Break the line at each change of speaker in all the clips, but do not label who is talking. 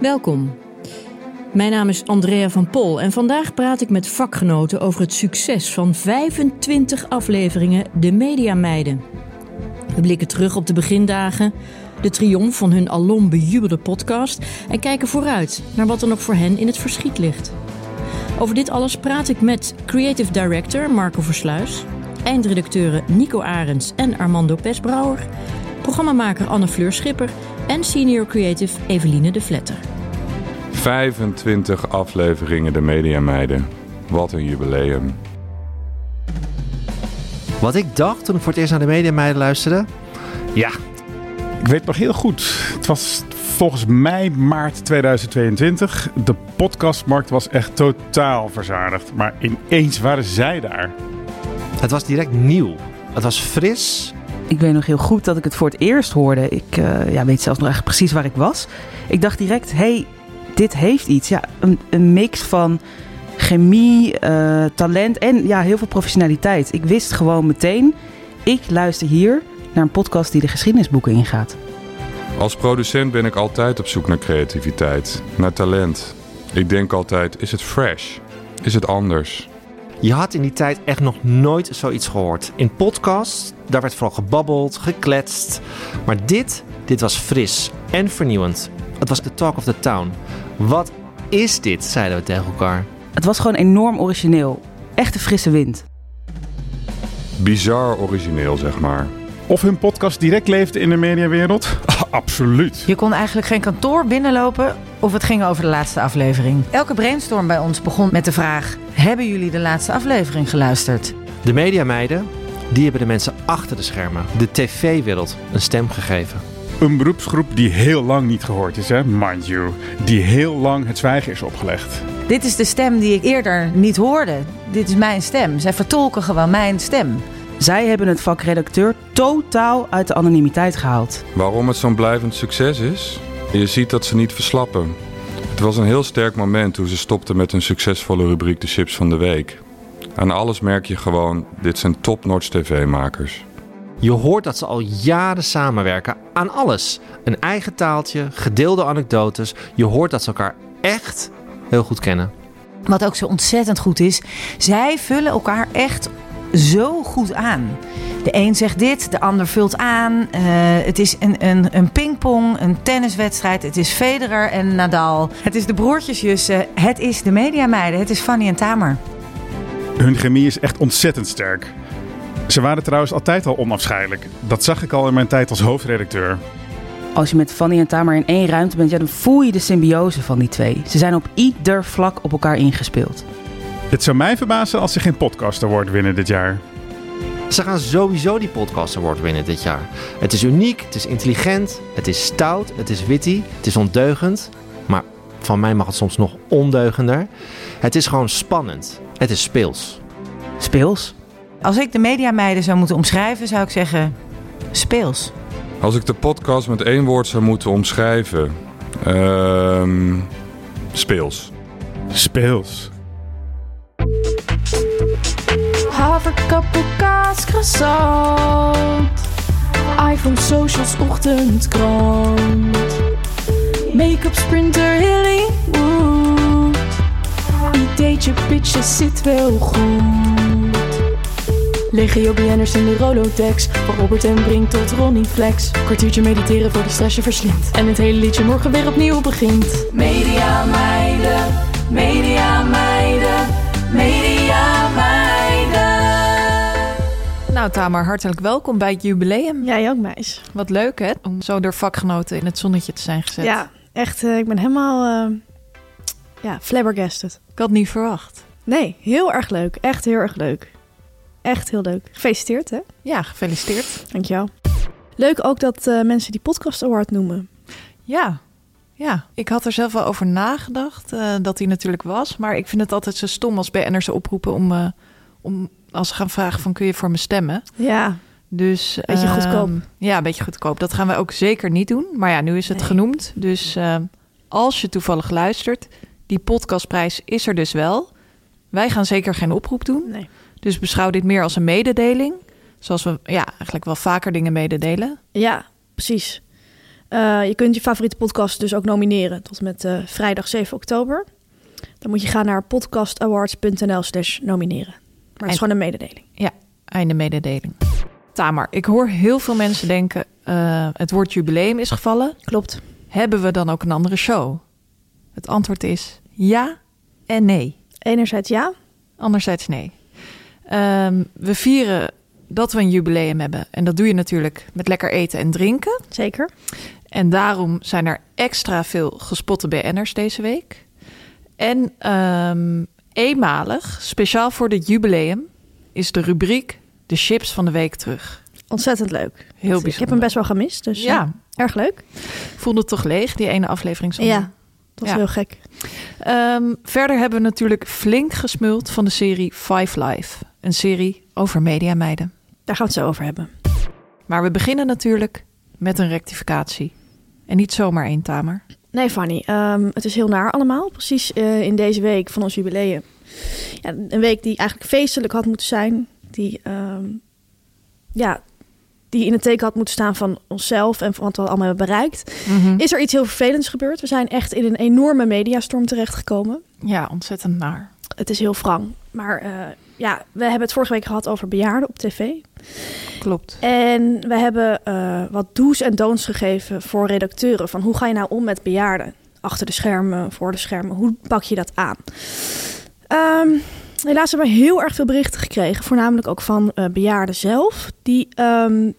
Welkom. Mijn naam is Andrea van Pol en vandaag praat ik met vakgenoten over het succes van 25 afleveringen De Mediameiden. We blikken terug op de begindagen, de triomf van hun alom bejubelde podcast en kijken vooruit naar wat er nog voor hen in het verschiet ligt. Over dit alles praat ik met creative director Marco Versluis, eindredacteuren Nico Arends en Armando Pesbrouwer, programmamaker Anne Fleur Schipper en senior creative Eveline de Vletter.
25 afleveringen de Media Meiden. Wat een jubileum.
Wat ik dacht toen ik voor het eerst naar de media meiden luisterde. Ja,
Ik weet het nog heel goed. Het was volgens mij maart 2022. De podcastmarkt was echt totaal verzadigd. Maar ineens waren zij daar.
het was direct nieuw. Het was fris.
Ik weet nog heel goed dat ik het voor het eerst hoorde. Ik eh, ja, weet zelfs nog echt precies waar ik was. Ik dacht direct, hey, dit heeft iets. Ja, een, een mix van chemie, eh, talent en ja, heel veel professionaliteit. Ik wist gewoon meteen, ik luister hier naar een podcast die de geschiedenisboeken ingaat.
Als producent ben ik altijd op zoek naar creativiteit, naar talent. Ik denk altijd, is het fresh? Is het anders?
Je had in die tijd echt nog nooit zoiets gehoord. In podcasts, daar werd vooral gebabbeld, gekletst. Maar dit, dit was fris en vernieuwend. Het was de talk of the town. Wat is dit, zeiden we tegen elkaar.
Het was gewoon enorm origineel. Echte frisse wind.
Bizar origineel, zeg maar.
Of hun podcast direct leefde in de mediawereld? Absoluut.
Je kon eigenlijk geen kantoor binnenlopen of het ging over de laatste aflevering. Elke brainstorm bij ons begon met de vraag: Hebben jullie de laatste aflevering geluisterd?
De media meiden, die hebben de mensen achter de schermen, de tv-wereld, een stem gegeven.
Een beroepsgroep die heel lang niet gehoord is, hè? mind you. Die heel lang het zwijgen is opgelegd.
Dit is de stem die ik eerder niet hoorde. Dit is mijn stem. Zij vertolken gewoon mijn stem.
Zij hebben het vak redacteur totaal uit de anonimiteit gehaald.
Waarom het zo'n blijvend succes is? Je ziet dat ze niet verslappen. Het was een heel sterk moment toen ze stopten met hun succesvolle rubriek De Chips van de Week. Aan alles merk je gewoon, dit zijn top-notch tv-makers.
Je hoort dat ze al jaren samenwerken aan alles. Een eigen taaltje, gedeelde anekdotes. Je hoort dat ze elkaar echt heel goed kennen.
Wat ook zo ontzettend goed is, zij vullen elkaar echt zo goed aan. De een zegt dit, de ander vult aan. Eh, het is een, een, een pingpong, een tenniswedstrijd. Het is Federer en Nadal. Het is de broertjesjussen. Het is de mediameiden. Het is Fanny en Tamer.
Hun chemie is echt ontzettend sterk. Ze waren trouwens altijd al onafscheidelijk. Dat zag ik al in mijn tijd als hoofdredacteur.
Als je met Fanny en Tamer in één ruimte bent, ja, dan voel je de symbiose van die twee. Ze zijn op ieder vlak op elkaar ingespeeld.
Het zou mij verbazen als ze geen podcast award winnen dit jaar.
Ze gaan sowieso die podcast award winnen dit jaar. Het is uniek, het is intelligent, het is stout, het is witty, het is ondeugend. Maar van mij mag het soms nog ondeugender. Het is gewoon spannend. Het is speels.
Speels.
Als ik de mediameiden zou moeten omschrijven, zou ik zeggen speels.
Als ik de podcast met één woord zou moeten omschrijven. Ehm speels.
Speels.
Haverkappel, kaas, croissant. iPhone, socials, ochtendkrant. Make-up, sprinter, Hollywood. Ideetje, pitje, zit wel goed. Legio BN'ers in de Rolodex. Van Robert en Brink tot Ronnie Flex. Kwartiertje mediteren voor de stress je verslindt. En het hele liedje morgen weer opnieuw begint.
Media meiden, media meiden, media meiden.
Nou Tamar, hartelijk welkom bij het jubileum.
Jij ook, meis.
Wat leuk hè, om zo door vakgenoten in het zonnetje te zijn gezet.
Ja, echt. eh, ik ben helemaal eh, ja, flabbergasted.
Ik had niet verwacht.
Nee, heel erg leuk. Echt heel erg leuk. Echt heel leuk. Gefeliciteerd, hè?
Ja, gefeliciteerd.
Dankjewel. Leuk ook dat eh, mensen die Podcast Award noemen.
Ja. Ja, ik had er zelf wel over nagedacht eh, dat hij natuurlijk was. Maar ik vind het altijd zo stom als BN'ers ze oproepen om, eh, om als ze gaan vragen van kun je voor me stemmen.
Ja.
Dus,
Beetje
ehm,
goedkoop.
Ja, een beetje goedkoop. Dat gaan we ook zeker niet doen. Maar ja, nu is het genoemd. Dus ehm, als je toevallig luistert, die podcastprijs is er dus wel. Wij gaan zeker geen oproep doen. Dus beschouw dit meer als een mededeling. Zoals we ja, eigenlijk wel vaker dingen mededelen.
Ja, precies. Eh, je kunt je favoriete podcast dus ook nomineren tot en met eh, vrijdag 7 oktober. Dan moet je gaan naar podcastawards.nl slash nomineren. Maar het is gewoon
En-
een mededeling.
Ja, einde mededeling. Tamar, ik hoor heel veel mensen denken... eh, het woord jubileum is gevallen.
Klopt.
Hebben we dan ook een andere show? Het antwoord is ja en nee.
Enerzijds ja.
Anderzijds nee. Ehm, we vieren dat we een jubileum hebben. En dat doe je natuurlijk met lekker eten en drinken.
Zeker.
En daarom zijn er extra veel gespotte BN'ers deze week. En ehm, eenmalig, speciaal voor dit jubileum, is de rubriek de chips van de week terug.
Ontzettend leuk.
Heel
Ik heb hem
bijzonder.
best wel gemist, dus
Ja.
ja. erg leuk.
Voelde het toch leeg, die ene aflevering? zonder?
Ja, dat was heel gek.
Ehm, verder hebben we natuurlijk flink gesmuld van de serie Five Live. Een serie over mediameiden.
Daar gaan we het zo over hebben.
Maar we beginnen natuurlijk met een rectificatie. En niet zomaar één tamer.
Nee, Fanny, ehm, het is heel naar allemaal. Precies eh, in deze week van ons jubileum. Ja, een week die eigenlijk feestelijk had moeten zijn. Die, ehm, ja, die in het teken had moeten staan van onszelf en van wat we allemaal hebben bereikt.
Mhm.
Is er iets heel vervelends gebeurd? We zijn echt in een enorme mediastorm terechtgekomen.
Ja, ontzettend naar.
Het is heel wrang. Maar eh, ja, we hebben het vorige week gehad over bejaarden op tv.
Klopt.
En we hebben eh, wat do's en don'ts gegeven voor redacteuren. Van hoe ga je nou om met bejaarden? Achter de schermen, voor de schermen. Hoe pak je dat aan? Ehm, helaas hebben we heel erg veel berichten gekregen. Voornamelijk ook van eh, bejaarden zelf. Die ehm,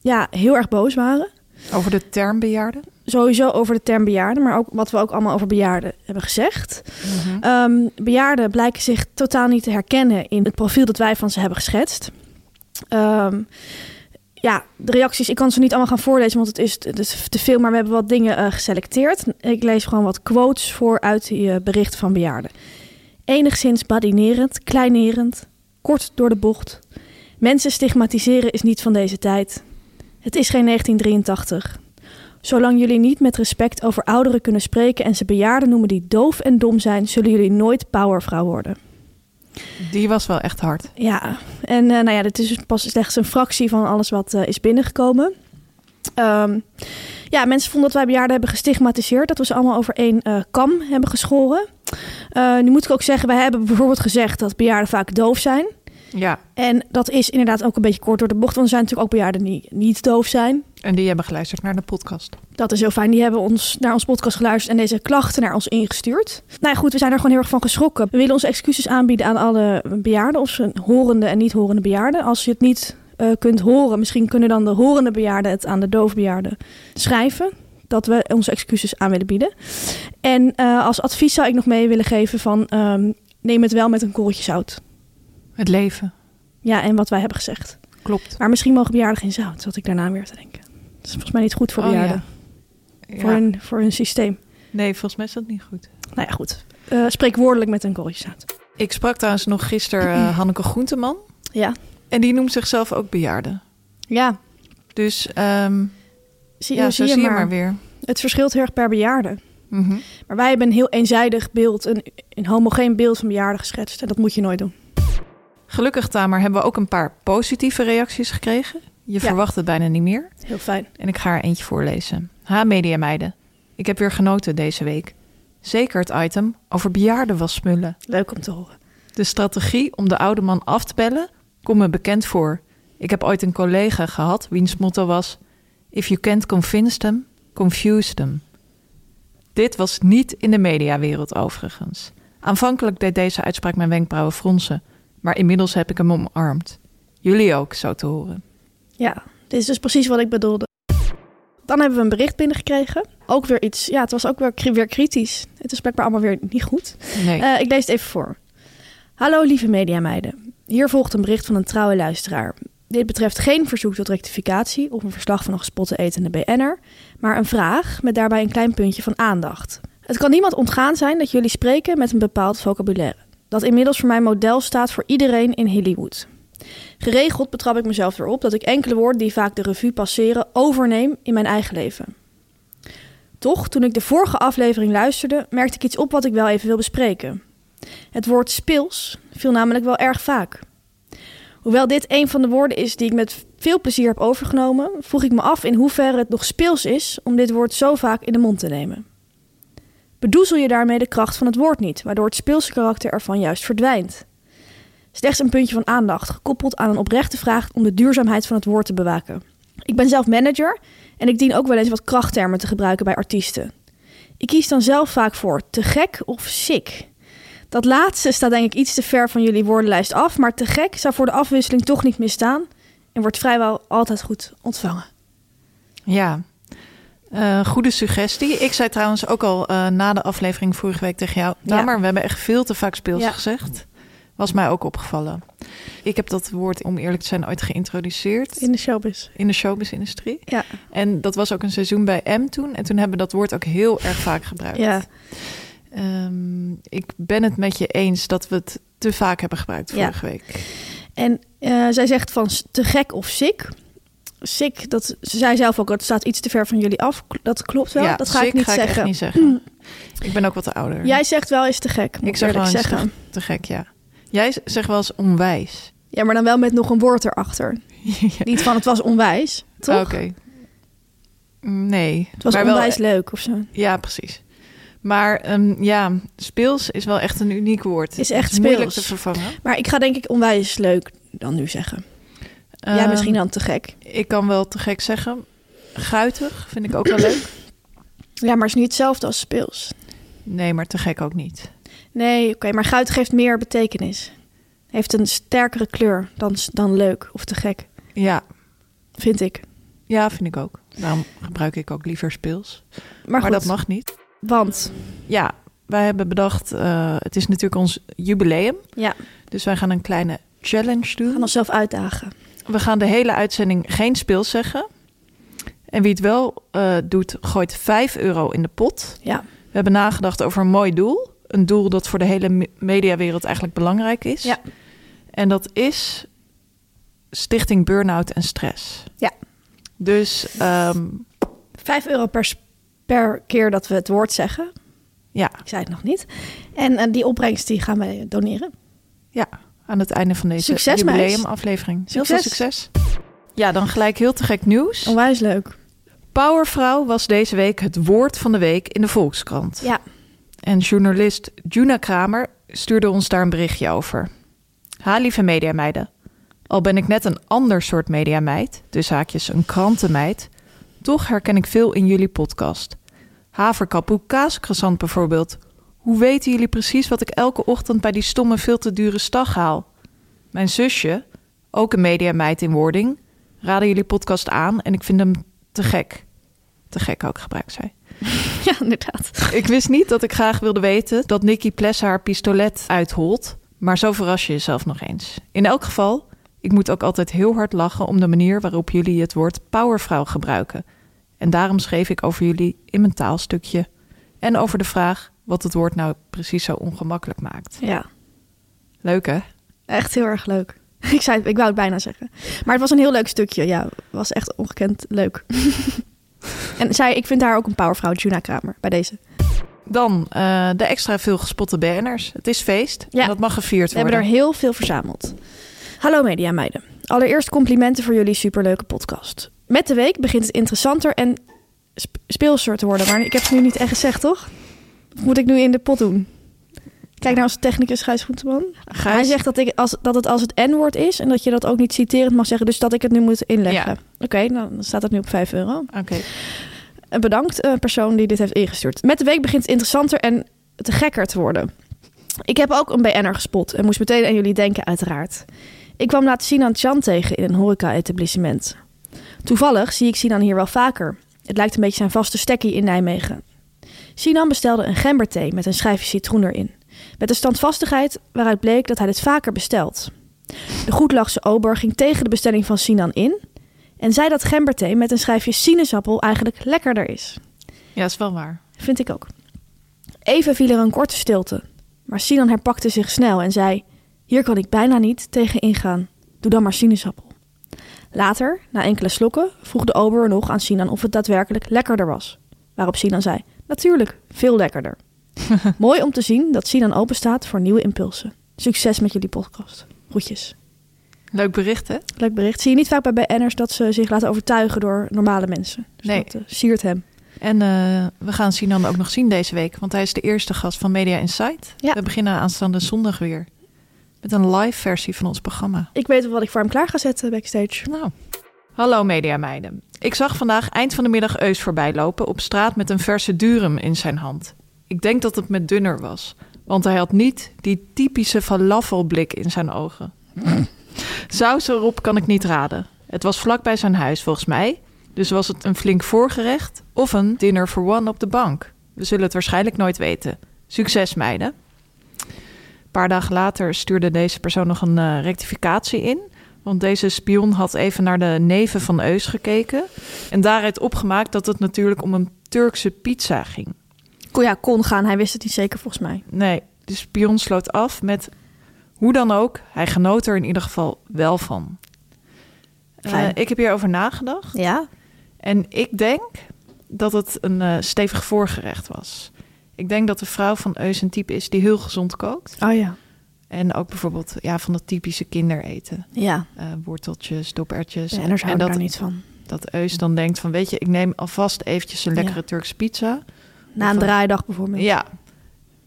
ja, heel erg boos waren.
Over de term bejaarden?
Sowieso over de term bejaarden. Maar ook wat we ook allemaal over bejaarden hebben gezegd.
Mhm.
Ehm, bejaarden blijken zich totaal niet te herkennen in het profiel dat wij van ze hebben geschetst. Ehm, ja, de reacties, ik kan ze niet allemaal gaan voorlezen, want het is, het is te veel, maar we hebben wat dingen eh, geselecteerd. Ik lees gewoon wat quotes voor uit die eh, berichten van bejaarden. Enigszins badinerend, kleinerend, kort door de bocht. Mensen stigmatiseren is niet van deze tijd. Het is geen 1983. Zolang jullie niet met respect over ouderen kunnen spreken en ze bejaarden noemen die doof en dom zijn, zullen jullie nooit powervrouw worden.
Die was wel echt hard.
Ja, en eh, nou ja, dit is dus pas slechts een fractie van alles wat eh, is binnengekomen. Ehm, ja, mensen vonden dat wij bejaarden hebben gestigmatiseerd. Dat we ze allemaal over één eh, kam hebben geschoren. Eh, nu moet ik ook zeggen, wij hebben bijvoorbeeld gezegd dat bejaarden vaak doof zijn.
Ja.
En dat is inderdaad ook een beetje kort door de bocht. Want er zijn natuurlijk ook bejaarden die niet doof zijn.
En die hebben geluisterd naar de podcast.
Dat is heel fijn. Die hebben ons naar ons podcast geluisterd en deze klachten naar ons ingestuurd. Nou ja, goed, we zijn er gewoon heel erg van geschrokken. We willen onze excuses aanbieden aan alle bejaarden, of ze horende en niet horende bejaarden. Als je het niet eh, kunt horen, misschien kunnen dan de horende bejaarden het aan de doofbejaarden schrijven. Dat we onze excuses aan willen bieden. En eh, als advies zou ik nog mee willen geven van ehm, neem het wel met een korreltje zout.
Het leven.
Ja, en wat wij hebben gezegd.
Klopt.
Maar misschien mogen bejaarden geen zout, zat ik daarna weer te denken. Dat is volgens mij niet goed voor
Oh, ja.
bejaarden.
Ja.
Voor, hun, voor hun systeem.
Nee, volgens mij is dat niet goed.
Nou ja, goed. Eh, spreek woordelijk met een korreltje zout.
Ik sprak trouwens nog gisteren eh, Hanneke Groenteman.
Ja.
En die noemt zichzelf ook bejaarde.
Ja.
Dus ehm,
Zie,
ja,
nou,
zo zie je maar, weer.
Het verschilt heel erg per bejaarde.
Mhm.
Maar wij hebben een heel eenzijdig beeld, een, een homogeen beeld van bejaarden geschetst. En dat moet je nooit doen.
Gelukkig, Tamer, hebben we ook een paar positieve reacties gekregen. Je
Ja.
verwacht het bijna niet meer.
Heel fijn.
En ik ga er eentje voorlezen. Ha, media meiden. Ik heb weer genoten deze week. Zeker het item over bejaarden was smullen.
Leuk om te horen.
De strategie om de oude man af te bellen komt me bekend voor. Ik heb ooit een collega gehad wiens motto was: If you can't convince them, confuse them. Dit was niet in de mediawereld overigens. Aanvankelijk deed deze uitspraak mijn wenkbrauwen fronsen, maar inmiddels heb ik hem omarmd. Jullie ook, zo te horen.
Ja, dit is dus precies wat ik bedoelde. Dan hebben we een bericht binnengekregen. Ook weer iets. Ja, het was ook weer, weer kritisch. Het is blijkbaar allemaal weer niet goed.
Nee.
Eh, ik lees het even voor. Hallo lieve mediameiden. Hier volgt een bericht van een trouwe luisteraar. Dit betreft geen verzoek tot rectificatie of een verslag van een gespotte etende BN'er, maar een vraag met daarbij een klein puntje van aandacht. Het kan niemand ontgaan zijn dat jullie spreken met een bepaald vocabulaire, dat inmiddels voor mijn model staat voor iedereen in Hollywood. Geregeld betrap ik mezelf erop dat ik enkele woorden die vaak de revue passeren overneem in mijn eigen leven. Toch, toen ik de vorige aflevering luisterde, merkte ik iets op wat ik wel even wil bespreken. Het woord speels viel namelijk wel erg vaak. Hoewel dit een van de woorden is die ik met veel plezier heb overgenomen, vroeg ik me af in hoeverre het nog speels is om dit woord zo vaak in de mond te nemen. Bedoezel je daarmee de kracht van het woord niet, waardoor het speelse karakter ervan juist verdwijnt? Slechts een puntje van aandacht, gekoppeld aan een oprechte vraag om de duurzaamheid van het woord te bewaken. Ik ben zelf manager en ik dien ook wel eens wat krachttermen te gebruiken bij artiesten. Ik kies dan zelf vaak voor te gek of sick. Dat laatste staat denk ik iets te ver van jullie woordenlijst af, maar te gek zou voor de afwisseling toch niet misstaan en wordt vrijwel altijd goed ontvangen.
Ja, Eh, goede suggestie. Ik zei trouwens ook al eh, na de aflevering vorige week tegen jou...
Ja.
Ja. maar we hebben echt veel te vaak speels
Ja.
gezegd. Was mij ook opgevallen. Ik heb dat woord, om eerlijk te zijn, ooit geïntroduceerd.
In de showbiz.
In de showbiz-industrie.
Ja.
En dat was ook een seizoen bij M toen. En toen hebben we dat woord ook heel erg vaak gebruikt.
Ja.
Ehm, ik ben het met je eens dat we het te vaak hebben gebruikt
Ja.
vorige week.
En eh, zij zegt van s- te gek of sick. Sick, dat ze zei zelf ook, dat staat iets te ver van jullie af. K- Dat klopt wel.
Ja,
dat ga ik
sick
niet
ga ik echt
zeggen.
niet zeggen. Ik ben ook wat ouder.
Jij zegt wel eens te gek. Moet
ik
ik
zeg wel
eerlijk
eens
zeggen.
te, te gek, ja. Jij z- zegt wel eens onwijs.
Ja, maar dan wel met nog een woord erachter. Niet van het was onwijs. Toch?
Oké. Nee.
Het was
maar wel- eh,
onwijs leuk of zo.
Ja, precies. Maar ehm, ja, speels is wel echt een uniek woord.
Is echt
Het moeilijk
speels.
te vervangen.
Maar ik ga denk ik onwijs leuk dan nu zeggen. Jij
Ehm,
misschien dan te gek.
Ik kan wel te gek zeggen. Guitig vind ik ook wel leuk.
Ja, maar is niet hetzelfde als speels.
Nee, maar te gek ook niet.
Nee, oké, maar goud geeft meer betekenis. Heeft een sterkere kleur dan, s- dan leuk of te gek.
Ja.
Vind ik.
Ja, vind ik ook. Daarom gebruik ik ook liever speels.
Maar, goed.
dat mag niet.
Want?
Ja, wij hebben bedacht, eh, het is natuurlijk ons jubileum.
Ja.
Dus wij gaan een kleine challenge doen. We gaan
onszelf uitdagen.
We gaan de hele uitzending geen speels zeggen. En wie het wel eh, doet, gooit 5 euro in de pot.
Ja.
We hebben nagedacht over een mooi doel. Een doel dat voor de hele me- mediawereld eigenlijk belangrijk is.
Ja.
En dat is Stichting Burnout en Stress.
Ja.
Dus ehm,
Vijf euro per, s- per keer dat we het woord zeggen.
ja,
Ik zei het nog niet. En eh, die opbrengst die gaan wij doneren.
ja, aan het einde van deze
Succes, meis.
jubileumaflevering. Heel veel
Succes.
succes. Ja, dan gelijk heel te gek nieuws.
Onwijs leuk.
Powervrouw was deze week het woord van de week in de Volkskrant.
Ja.
En journalist Juna Kramer stuurde ons daar een berichtje over. Ha, lieve mediameiden. Al ben ik net een ander soort mediameid, dus haakjes een krantenmeid, toch herken ik veel in jullie podcast. Haverkapoe kaascroissant bijvoorbeeld. Hoe weten jullie precies wat ik elke ochtend bij die stomme veel te dure stag haal? Mijn zusje, ook een mediameid in wording, raadde jullie podcast aan en ik vind hem te gek. Te gek ook gebruikt zij.
Ja, inderdaad.
Ik wist niet dat ik graag wilde weten dat Nicky Pless haar pistolet uitholt. Maar zo verras je jezelf nog eens. In elk geval, ik moet ook altijd heel hard lachen om de manier waarop jullie het woord powervrouw gebruiken. En daarom schreef ik over jullie in mijn taalstukje. En over de vraag wat het woord nou precies zo ongemakkelijk maakt.
Ja,
Leuk hè?
echt heel erg leuk. Ik, zei, het- ik wou het bijna zeggen. Maar het was een heel leuk stukje. Ja, was echt ongekend leuk. en zij, ik vind haar ook een powervrouw, Juna Kramer, bij deze.
Dan eh, de extra veel gespotte banners. Het is feest en dat mag gevierd
We hebben
worden.
er heel veel verzameld. Hallo media meiden. Allereerst complimenten voor jullie superleuke podcast. Met de week begint het interessanter en sp- speelser te worden. Maar ik heb het nu niet echt gezegd, toch? Of moet ik nu in de pot doen? Kijk nou naar onze technicus Gijs Groenteman. Hij zegt dat, ik, als, dat het als het N-woord is en dat je dat ook niet citerend mag zeggen. Dus dat ik het nu moet inleggen. Oké, dan staat het nu op 5 euro. Oké. Bedankt eh, persoon die dit heeft ingestuurd. Met de week begint het interessanter en te gekker te worden. Ik heb ook een BN'er gespot en moest meteen aan jullie denken uiteraard. Ik kwam laatst Sinan Chan tegen in een horeca-etablissement. Toevallig zie ik Sinan hier wel vaker. Het lijkt een beetje zijn vaste stekkie in Nijmegen. Sinan bestelde een gemberthee met een schijfje citroen erin. Met de standvastigheid waaruit bleek dat hij dit vaker bestelt. De goedlachse ober ging tegen de bestelling van Sinan in... en zei dat gemberthee met een schijfje sinaasappel eigenlijk lekkerder is.
Ja, is wel waar.
Vind ik ook. Even viel er een korte stilte. Maar Sinan herpakte zich snel en zei... Hier kan ik bijna niet tegen ingaan. Doe dan maar sinaasappel. Later, na enkele slokken, vroeg de ober nog aan Sinan of het daadwerkelijk lekkerder was. Waarop Sinan zei, natuurlijk, veel lekkerder. Mooi om te zien dat Sinan openstaat voor nieuwe impulsen. Succes met jullie podcast. Groetjes.
Leuk bericht, hè?
Leuk bericht. Zie je niet vaak bij BN'ers dat ze zich laten overtuigen door normale mensen. Dus
Nee.
dat eh, siert hem.
En eh, we gaan Sinan ook nog zien deze week, want hij is de eerste gast van Media Insight. We beginnen aanstaande zondag weer met een live versie van ons programma.
Ik weet wel wat ik voor hem klaar ga zetten backstage.
Nou. Hallo Media Meiden. Ik zag vandaag eind van de middag Eus voorbij lopen op straat met een verse durum in zijn hand. Ik denk dat het met dunner was, want hij had niet die typische falafelblik in zijn ogen. Saus erop kan ik niet raden. Het was vlakbij zijn huis volgens mij, dus was het een flink voorgerecht of een dinner for one op de bank. We zullen het waarschijnlijk nooit weten. Succes meiden. Een paar dagen later stuurde deze persoon nog een eh, rectificatie in. Want deze spion had even naar de neven van Eus gekeken. En daaruit opgemaakt dat het natuurlijk om een Turkse pizza ging.
Kon, ja, kon gaan. Hij wist het niet zeker volgens mij.
Nee, de spion sloot af met... Hoe dan ook, hij genoot er in ieder geval wel van. Eh,
Fijn.
ik heb hierover nagedacht.
Ja.
En ik denk dat het een eh, stevig voorgerecht was. Ik denk dat de vrouw van Eus een type is die heel gezond kookt.
Oh ja.
En ook bijvoorbeeld ja, van dat typische kindereten.
Ja.
Eh, worteltjes, dopertjes.
Ja, en daar hou ik
Dus, dat,
daar niet van.
Dat Eus dan denkt van, weet je, ik neem alvast eventjes een lekkere Turkse pizza.
Na een
Of
draaidag bijvoorbeeld.
Ja.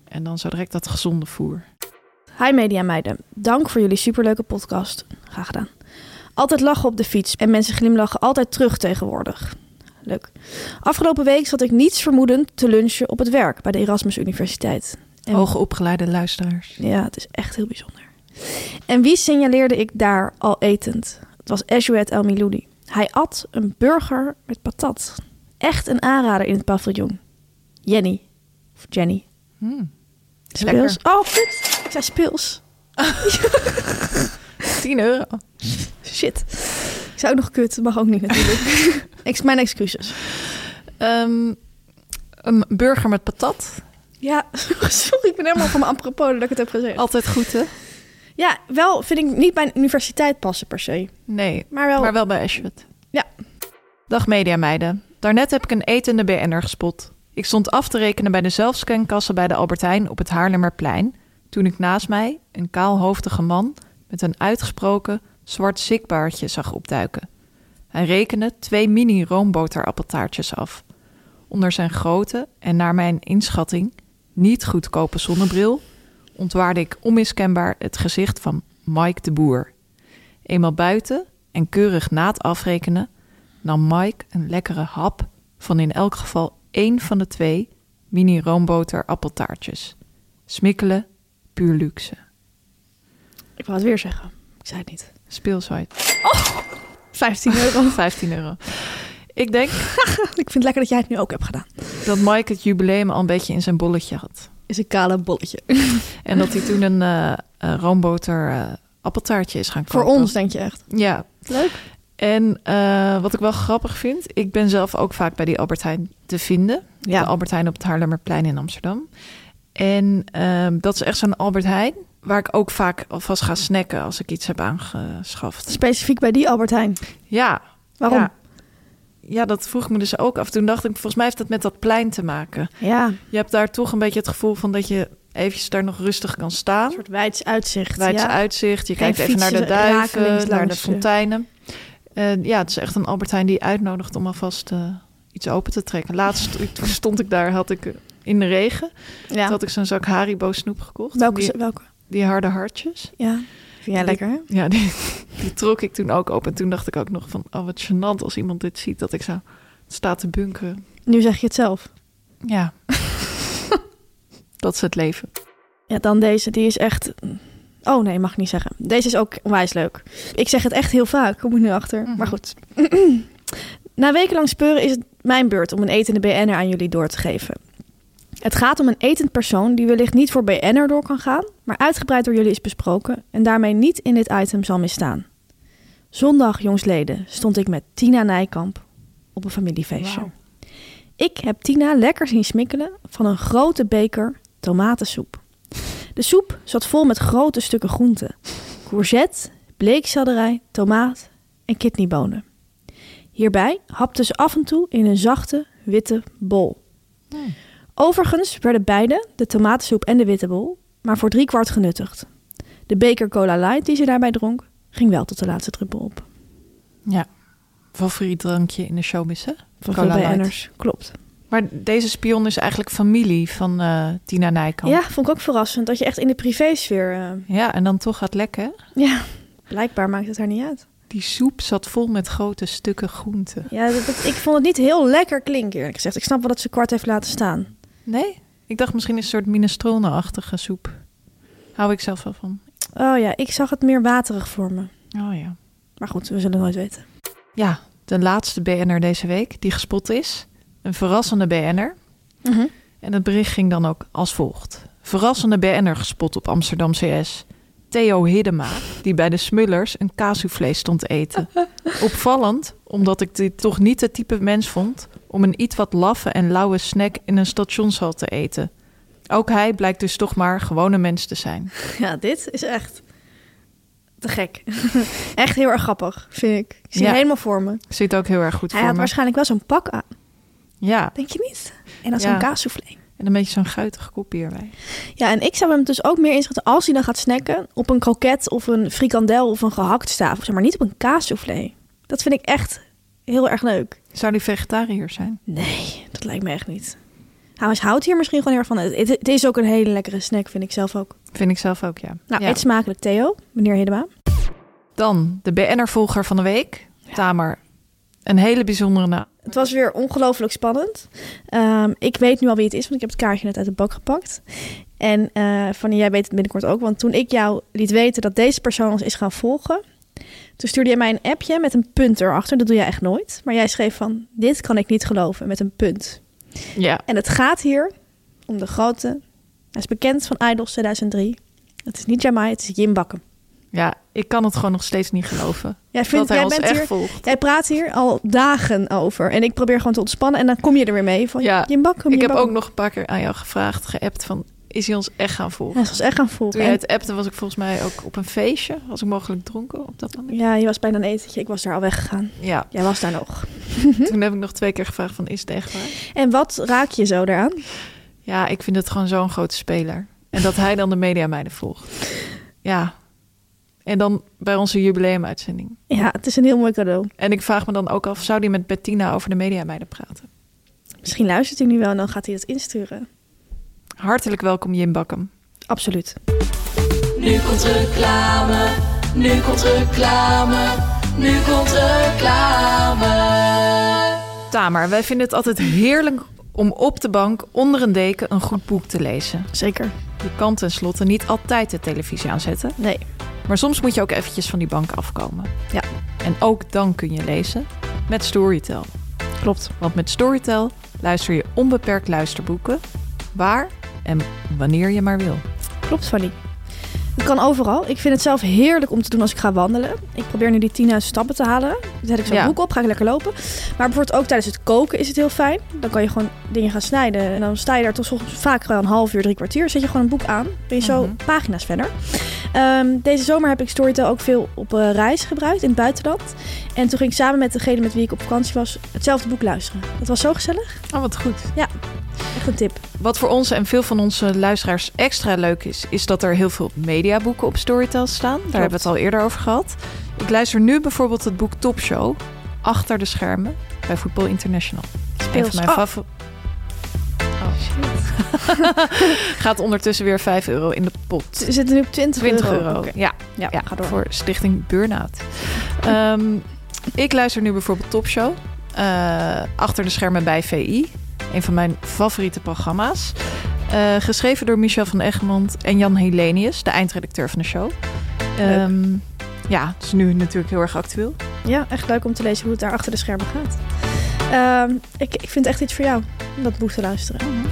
En dan zo direct dat gezonde voer.
Hi Media Meiden, dank voor jullie superleuke podcast. Graag gedaan. Altijd lachen op de fiets en mensen glimlachen altijd terug tegenwoordig. Leuk. Afgelopen week zat ik niets vermoedend te lunchen op het werk bij de Erasmus Universiteit. En-
Hoogopgeleide luisteraars.
Ja, het is echt heel bijzonder. En wie signaleerde ik daar al etend? Het was Eshuet El Miloudi. Hij at een burger met patat. Echt een aanrader in het paviljoen. Jenny. Of Jenny. Speels. Oh, kut. Ik zei speels.
10 euro.
Shit. Ik zou ook nog kut. Dat mag ook niet natuurlijk. Ex mijn excuses.
Ehm, een burger met patat.
Ja, sorry. Ik ben helemaal van mijn apropos dat ik het heb gezegd.
Altijd goed, hè?
Ja, wel vind ik niet bij een universiteit passen per se.
Nee,
Maar wel-
maar wel bij Ashford.
Ja.
Dag media meiden. Daarnet heb ik een etende BN'er gespot. Ik stond af te rekenen bij de zelfscankassen bij de Albertijn op het Haarlemmerplein... toen ik naast mij een kaalhoofdige man met een uitgesproken zwart zikbaardje zag opduiken. Hij rekende twee mini roomboterappeltaartjes af. Onder zijn grote en naar mijn inschatting niet goedkope zonnebril... ontwaarde ik onmiskenbaar het gezicht van Mike de Boer... Eenmaal buiten en keurig na het afrekenen nam Mike een lekkere hap van in elk geval één van de twee mini roomboter appeltaartjes. Smikkelen, puur luxe.
Ik wou het weer zeggen. Ik zei het niet.
Speelsite.
Oh, 15 euro.
15 euro. Ik denk
ik vind het lekker dat jij het nu ook hebt gedaan.
dat Mike het jubileum al een beetje in zijn bolletje had.
Is een kale bolletje.
En dat hij toen een eh, eh, roomboter eh, appeltaartje is gaan kopen.
Voor ons, denk je echt.
Ja.
Leuk.
En eh, wat ik wel grappig vind, ik ben zelf ook vaak bij die Albert Heijn te vinden.
Ja.
De Albert Heijn op het Haarlemmerplein in Amsterdam. En ehm, dat is echt zo'n Albert Heijn waar ik ook vaak alvast ga snacken als ik iets heb aangeschaft.
Specifiek bij die Albert Heijn.
Ja.
Waarom?
Ja. Ja, dat vroeg ik me dus ook af. Toen dacht ik, volgens mij heeft dat met dat plein te maken.
Ja.
Je hebt daar toch een beetje het gevoel van dat je eventjes daar nog rustig kan staan.
Een soort wijds uitzicht.
Wijds
ja.
uitzicht. Je
Geen
kijkt even naar de
fietsen, rakelings
duiven, naar de
langs je.
fonteinen. Eh, ja, het is echt een Albertijn die uitnodigt om alvast eh, iets open te trekken. Laatst toen stond ik daar, had ik eh, in de regen. Toen had ik zo'n zak Haribo snoep gekocht.
Welke
Die-
ze- welke?
Die harde hartjes.
Ja, vind jij
Die-
lekker, hè?
Ja, die, die trok ik toen ook op. En toen dacht ik ook nog van, oh wat gênant als iemand dit ziet. Dat ik zo sta te bunkeren.
Nu zeg je het zelf.
Ja. dat is het leven.
Ja, dan deze. Die is echt... Oh nee, mag ik niet zeggen. Deze is ook onwijs leuk. Ik zeg het echt heel vaak, kom ik nu achter. Maar goed. Na wekenlang speuren is het mijn beurt om een etende BN'er aan jullie door te geven. Het gaat om een etend persoon die wellicht niet voor BN'er door kan gaan... maar uitgebreid door jullie is besproken... en daarmee niet in dit item zal misstaan. Zondag, jongsleden, stond ik met Tina Nijkamp op een familiefeestje. Ik heb Tina lekker zien smikkelen van een grote beker tomatensoep. De soep zat vol met grote stukken groenten. Courgette, bleekselderij, tomaat en kidneybonen. Hierbij hapte ze af en toe in een zachte, witte bol. Overigens werden beide, de tomatensoep en de witte bol, maar voor driekwart genuttigd. De beker Cola Light die ze daarbij dronk, ging wel tot de laatste druppel op.
Ja. Favoriet drankje in de showbiz, hè?
Van
Cola
veel
Light.
BN'ers, klopt.
Maar deze spion is eigenlijk familie van eh, Tina Nijkamp.
Ja, vond ik ook verrassend dat je echt in de privésfeer... eh
Ja, en dan toch gaat lekken. hè?
ja, blijkbaar maakt het haar niet uit.
Die soep zat vol met grote stukken groente.
Ja, dat, dat- ik vond het niet heel lekker klinken eerlijk gezegd. Ik snap wel dat ze kwart heeft laten staan.
Nee? Ik dacht misschien een soort minestrone-achtige soep. Hou ik zelf wel van.
Oh ja, ik zag het meer waterig voor me.
Oh ja.
Maar goed, we zullen nooit weten.
Ja, de laatste BN'er deze week die gespot is. Een verrassende BN'er.
Mhm.
En het bericht ging dan ook als volgt. Verrassende BN'er gespot op Amsterdam CS. Theo Hiddema, die bij de Smullers een casuvlees stond te eten. Opvallend, omdat ik dit toch niet het type mens vond... om een iets wat laffe en lauwe snack in een stationshal te eten. Ook hij blijkt dus toch maar gewone mens te zijn.
Ja, dit is echt te gek. echt heel erg grappig, vind ik. Ik zie
Ja.
het helemaal voor me.
Zit ook heel erg
Hij
goed voor
had
me.
waarschijnlijk wel zo'n pak aan.
Ja.
Denk je niet? En dan
Ja.
zo'n kaassoufflé.
En een beetje zo'n guitig kopje erbij.
Ja, en ik zou hem dus ook meer inschatten als hij dan gaat snacken... op een kroket of een frikandel of een gehakt staaf. Zeg maar niet op een kaassoufflé. Dat vind ik echt heel erg leuk.
Zou die vegetariër zijn?
Nee, dat lijkt me echt niet. Hij houdt hier misschien gewoon heel erg van. Het, het is ook een hele lekkere snack, vind ik zelf ook.
Vind ik zelf ook, ja.
Nou,
Ja.
eet smakelijk, Theo. Meneer Hiddema.
Dan de BN'er-volger van de week, Tamer. Een hele bijzondere naam.
Het was weer ongelooflijk spannend. Ehm, ik weet nu al wie het is, want ik heb het kaartje net uit de bak gepakt. En eh Fanny, jij weet het binnenkort ook. Want toen ik jou liet weten dat deze persoon ons is gaan volgen... toen stuurde jij mij een appje met een punt erachter. Dat doe jij echt nooit. Maar jij schreef van, dit kan ik niet geloven, met een punt.
Ja.
En het gaat hier om de grote... Hij is bekend van Idols 2003. Het is niet Jamai, het is Jim Bakken.
Ja, ik kan het gewoon nog steeds niet geloven.
Jij, vindt,
dat hij
jij,
ons
bent
echt
hier,
volgt.
jij praat hier al dagen over. En ik probeer gewoon te ontspannen. En dan kom je er weer mee. Van,
Ja,
Jim Bakken,
ik
Jim
heb
Bakken.
ook nog een paar keer aan jou gevraagd, geappt van... Is hij ons echt gaan volgen?
Hij is ons echt gaan volgen.
Toen jij
En-
het appte was ik volgens mij ook op een feestje. Was ik mogelijk dronken op dat moment?
Ja, je was bijna een etentje. Ik was daar al weggegaan.
Ja.
Jij was daar nog.
Toen heb ik nog twee keer gevraagd van, is het echt waar?
En wat raak je zo daaraan?
Ja, ik vind het gewoon zo'n grote speler. En dat hij dan de media meiden volgt. Ja. En dan bij onze jubileumuitzending.
Ja, het is een heel mooi cadeau.
En ik vraag me dan ook af, zou die met Bettina over de media meiden praten?
Misschien luistert hij nu wel en dan gaat hij dat insturen.
Hartelijk welkom Jim Bakkum.
Absoluut.
Nu komt reclame, nu komt reclame, nu komt reclame.
Tamer, wij vinden het altijd heerlijk om op de bank onder een deken een goed boek te lezen.
Zeker.
Je kan tenslotte niet altijd de televisie aanzetten.
Nee.
Maar soms moet je ook eventjes van die bank afkomen.
Ja.
En ook dan kun je lezen met Storytel.
Klopt.
Want met Storytel luister je onbeperkt luisterboeken waar en wanneer je maar wil.
Klopt, Fanny. Het kan overal. Ik vind het zelf heerlijk om te doen als ik ga wandelen. Ik probeer nu die 10.000 stappen te halen. Dan zet ik zo'n
Ja.
boek op, ga ik lekker lopen. Maar bijvoorbeeld ook tijdens het koken is het heel fijn. Dan kan je gewoon dingen gaan snijden. En dan sta je daar toch soms vaak wel een half uur, drie kwartier. Zet je gewoon een boek aan. Ben je zo
Mhm.
pagina's verder. Ehm, deze zomer heb ik Storytel ook veel op eh, reis gebruikt in het buitenland. En toen ging ik samen met degene met wie ik op vakantie was hetzelfde boek luisteren. Dat was zo gezellig.
Oh, wat goed.
Ja, echt een tip.
Wat voor ons en veel van onze luisteraars extra leuk is, is dat er heel veel mediaboeken op Storytel staan. Daar hebben we het al eerder over gehad. Ik luister nu bijvoorbeeld het boek Top Show achter de schermen bij Voetbal International. Dat is Een
Speels.
van mijn
Oh.
favorieten. Gaat ondertussen weer 5 euro in de pot.
Er zitten nu op 20 euro. Oké.
Ja, ja, ga door. Voor Stichting Burnout. Ehm, ik luister nu bijvoorbeeld Topshow. eh, achter de schermen bij VI. Een van mijn favoriete programma's. Eh, geschreven door Michel van Egmond en Jan Helenius, de eindredacteur van de show.
Leuk.
Ehm, ja, het is nu natuurlijk heel erg actueel.
Ja, echt leuk om te lezen hoe het daar achter de schermen gaat. Ehm, ik, ik vind echt iets voor jou om dat boek te luisteren.
Mhm.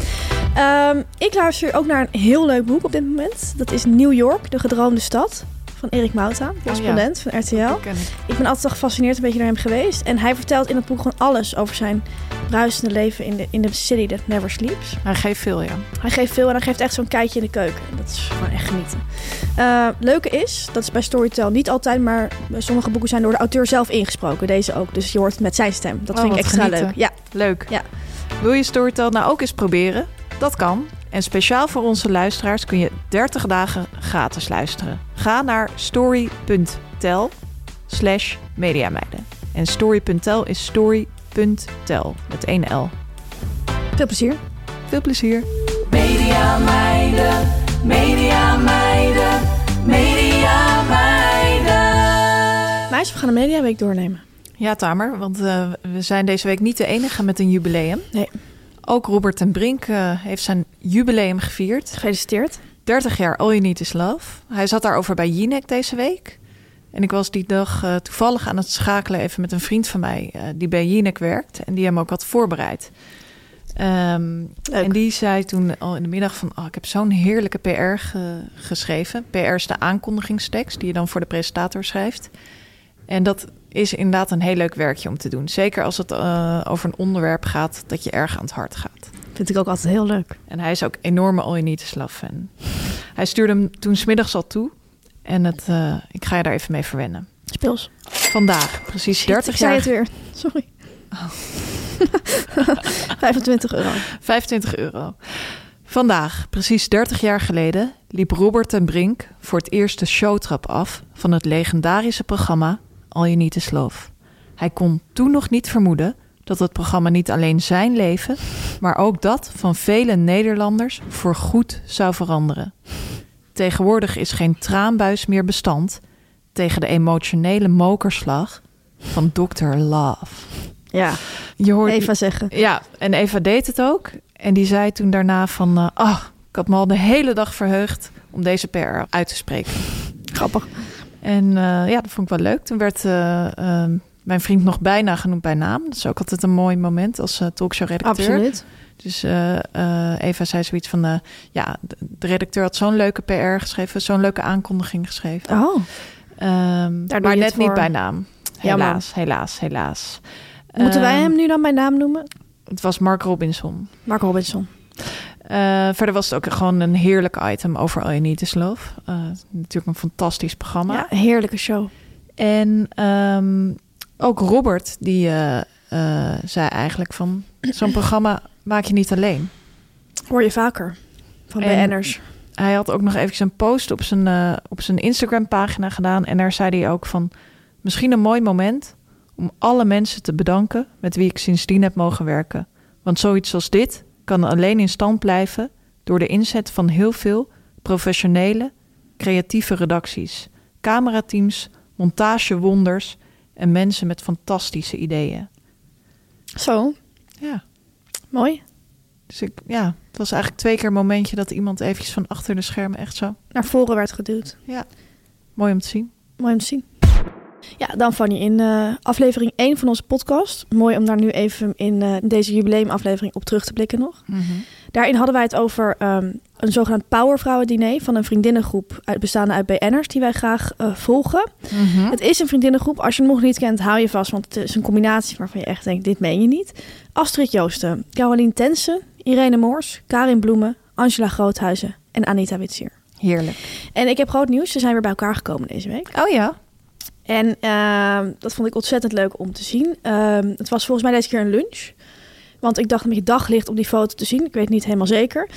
Ehm, ik luister ook naar een heel leuk boek op dit moment. Dat is New York, de gedroomde stad. Van Erik Mouta, correspondent van RTL.
Die ken ik.
Ik ben altijd al gefascineerd een beetje naar hem geweest. En hij vertelt in dat boek gewoon alles over zijn bruisende leven in de, in de city that never sleeps.
Hij geeft veel, ja.
Hij geeft veel en hij geeft echt zo'n kijkje in de keuken. Dat is gewoon echt genieten. Eh, leuke is, dat is bij Storytel niet altijd, maar sommige boeken zijn door de auteur zelf ingesproken. Deze ook, dus je hoort het met zijn stem. Dat
Oh,
vind ik
wat
extra
genieten.
leuk. Ja.
Leuk. Wil je Storytel nou ook eens proberen? Dat kan. En speciaal voor onze luisteraars kun je 30 dagen gratis luisteren. Ga naar story.tel slash mediameiden. En story.tel is story.tel met één L.
Veel plezier.
Veel plezier.
Media meiden, media meiden, media meiden.
Meisje, we gaan de mediaweek doornemen.
Ja, Tamer, want eh, we zijn deze week niet de enige met een jubileum.
Nee.
Ook Robert ten Brink eh, heeft zijn jubileum gevierd.
Gefeliciteerd.
30 jaar All You Need Is Love. Hij zat daarover bij Jinek deze week. En ik was die dag eh, toevallig aan het schakelen even met een vriend van mij... eh, die bij Jinek werkt en die hem ook had voorbereid. Ehm, en die zei toen al in de middag van... Oh, ik heb zo'n heerlijke PR ge- geschreven. PR is de aankondigingstekst die je dan voor de presentator schrijft. En dat is inderdaad een heel leuk werkje om te doen. Zeker als het eh, over een onderwerp gaat dat je erg aan het hart gaat.
Vind ik ook altijd heel leuk.
En hij is ook enorme All You Need Is Love fan. Hij stuurde hem toen smiddags al toe. En het, eh, ik ga je daar even mee verwennen.
Speels.
Vandaag, precies 30
ik zei
jaar
het weer. Sorry. 25 euro.
25 euro. Vandaag, precies 30 jaar geleden, liep Robert ten Brink voor het eerst de showtrap af van het legendarische programma All You Need Is Love. Hij kon toen nog niet vermoeden dat het programma niet alleen zijn leven, maar ook dat van vele Nederlanders voorgoed zou veranderen. Tegenwoordig is geen traanbuis meer bestand tegen de emotionele mokerslag van Dr. Love.
Ja,
je hoort
Eva zeggen.
Ja, en Eva deed het ook. En die zei toen daarna van... eh, ah, ik had me al de hele dag verheugd om deze PR uit te spreken.
Grappig.
En eh, ja, dat vond ik wel leuk. Toen werd eh, ehm, mijn vriend nog bijna genoemd bij naam. Dat is ook altijd een mooi moment als eh, talkshow-redacteur.
Absoluut.
Dus eh, eh, Eva zei zoiets van... eh, ja, de, de redacteur had zo'n leuke PR geschreven. Zo'n leuke aankondiging geschreven.
Oh.
Ehm,
doe
maar
je het
net niet
voor.
bij naam.
Jammer.
Helaas, helaas, helaas.
Moeten wij
Ehm,
hem nu dan bij naam noemen?
het was Mark Robinson.
Mark Robinson.
Eh, verder was het ook gewoon een heerlijk item over All You Need Is Love. Eh, natuurlijk een fantastisch programma.
Ja, heerlijke show.
En ehm, ook Robert, die eh, eh, zei eigenlijk van... zo'n programma maak je niet alleen.
Hoor je vaker van
En
BN'ers.
Hij had ook nog even een post op zijn, eh, op zijn Instagram-pagina gedaan. En daar zei hij ook van... Misschien een mooi moment om alle mensen te bedanken... met wie ik sindsdien heb mogen werken. Want zoiets als dit kan alleen in stand blijven... door de inzet van heel veel professionele, creatieve redacties... camerateams, montagewonders... en mensen met fantastische ideeën.
Zo.
Ja.
Mooi.
Dus ik, ja, het was eigenlijk twee keer een momentje... dat iemand eventjes van achter de schermen echt zo...
Naar voren werd geduwd.
Ja. Mooi om te zien.
Mooi om te zien. Ja, dan Fanny, in eh, aflevering 1 van onze podcast. Mooi om daar nu even in eh, deze jubileumaflevering op terug te blikken nog.
Mhm.
Daarin hadden wij het over ehm, een zogenaamd powervrouwendiner van een vriendinnengroep uit, bestaande uit BN'ers die wij graag eh, volgen.
Mhm.
Het is een vriendinnengroep. Als je hem nog niet kent, hou je vast, want het is een combinatie waarvan je echt denkt, dit meen je niet. Astrid Joosten, Caroline Tensen, Irene Moors, Karin Bloemen, Angela Groothuizen en Anita Witsier.
Heerlijk.
En ik heb groot nieuws, ze zijn weer bij elkaar gekomen deze week.
Oh ja.
En ehm, dat vond ik ontzettend leuk om te zien. Ehm, het was volgens mij deze keer een lunch. Want ik dacht een beetje daglicht op die foto te zien. Ik weet niet helemaal zeker.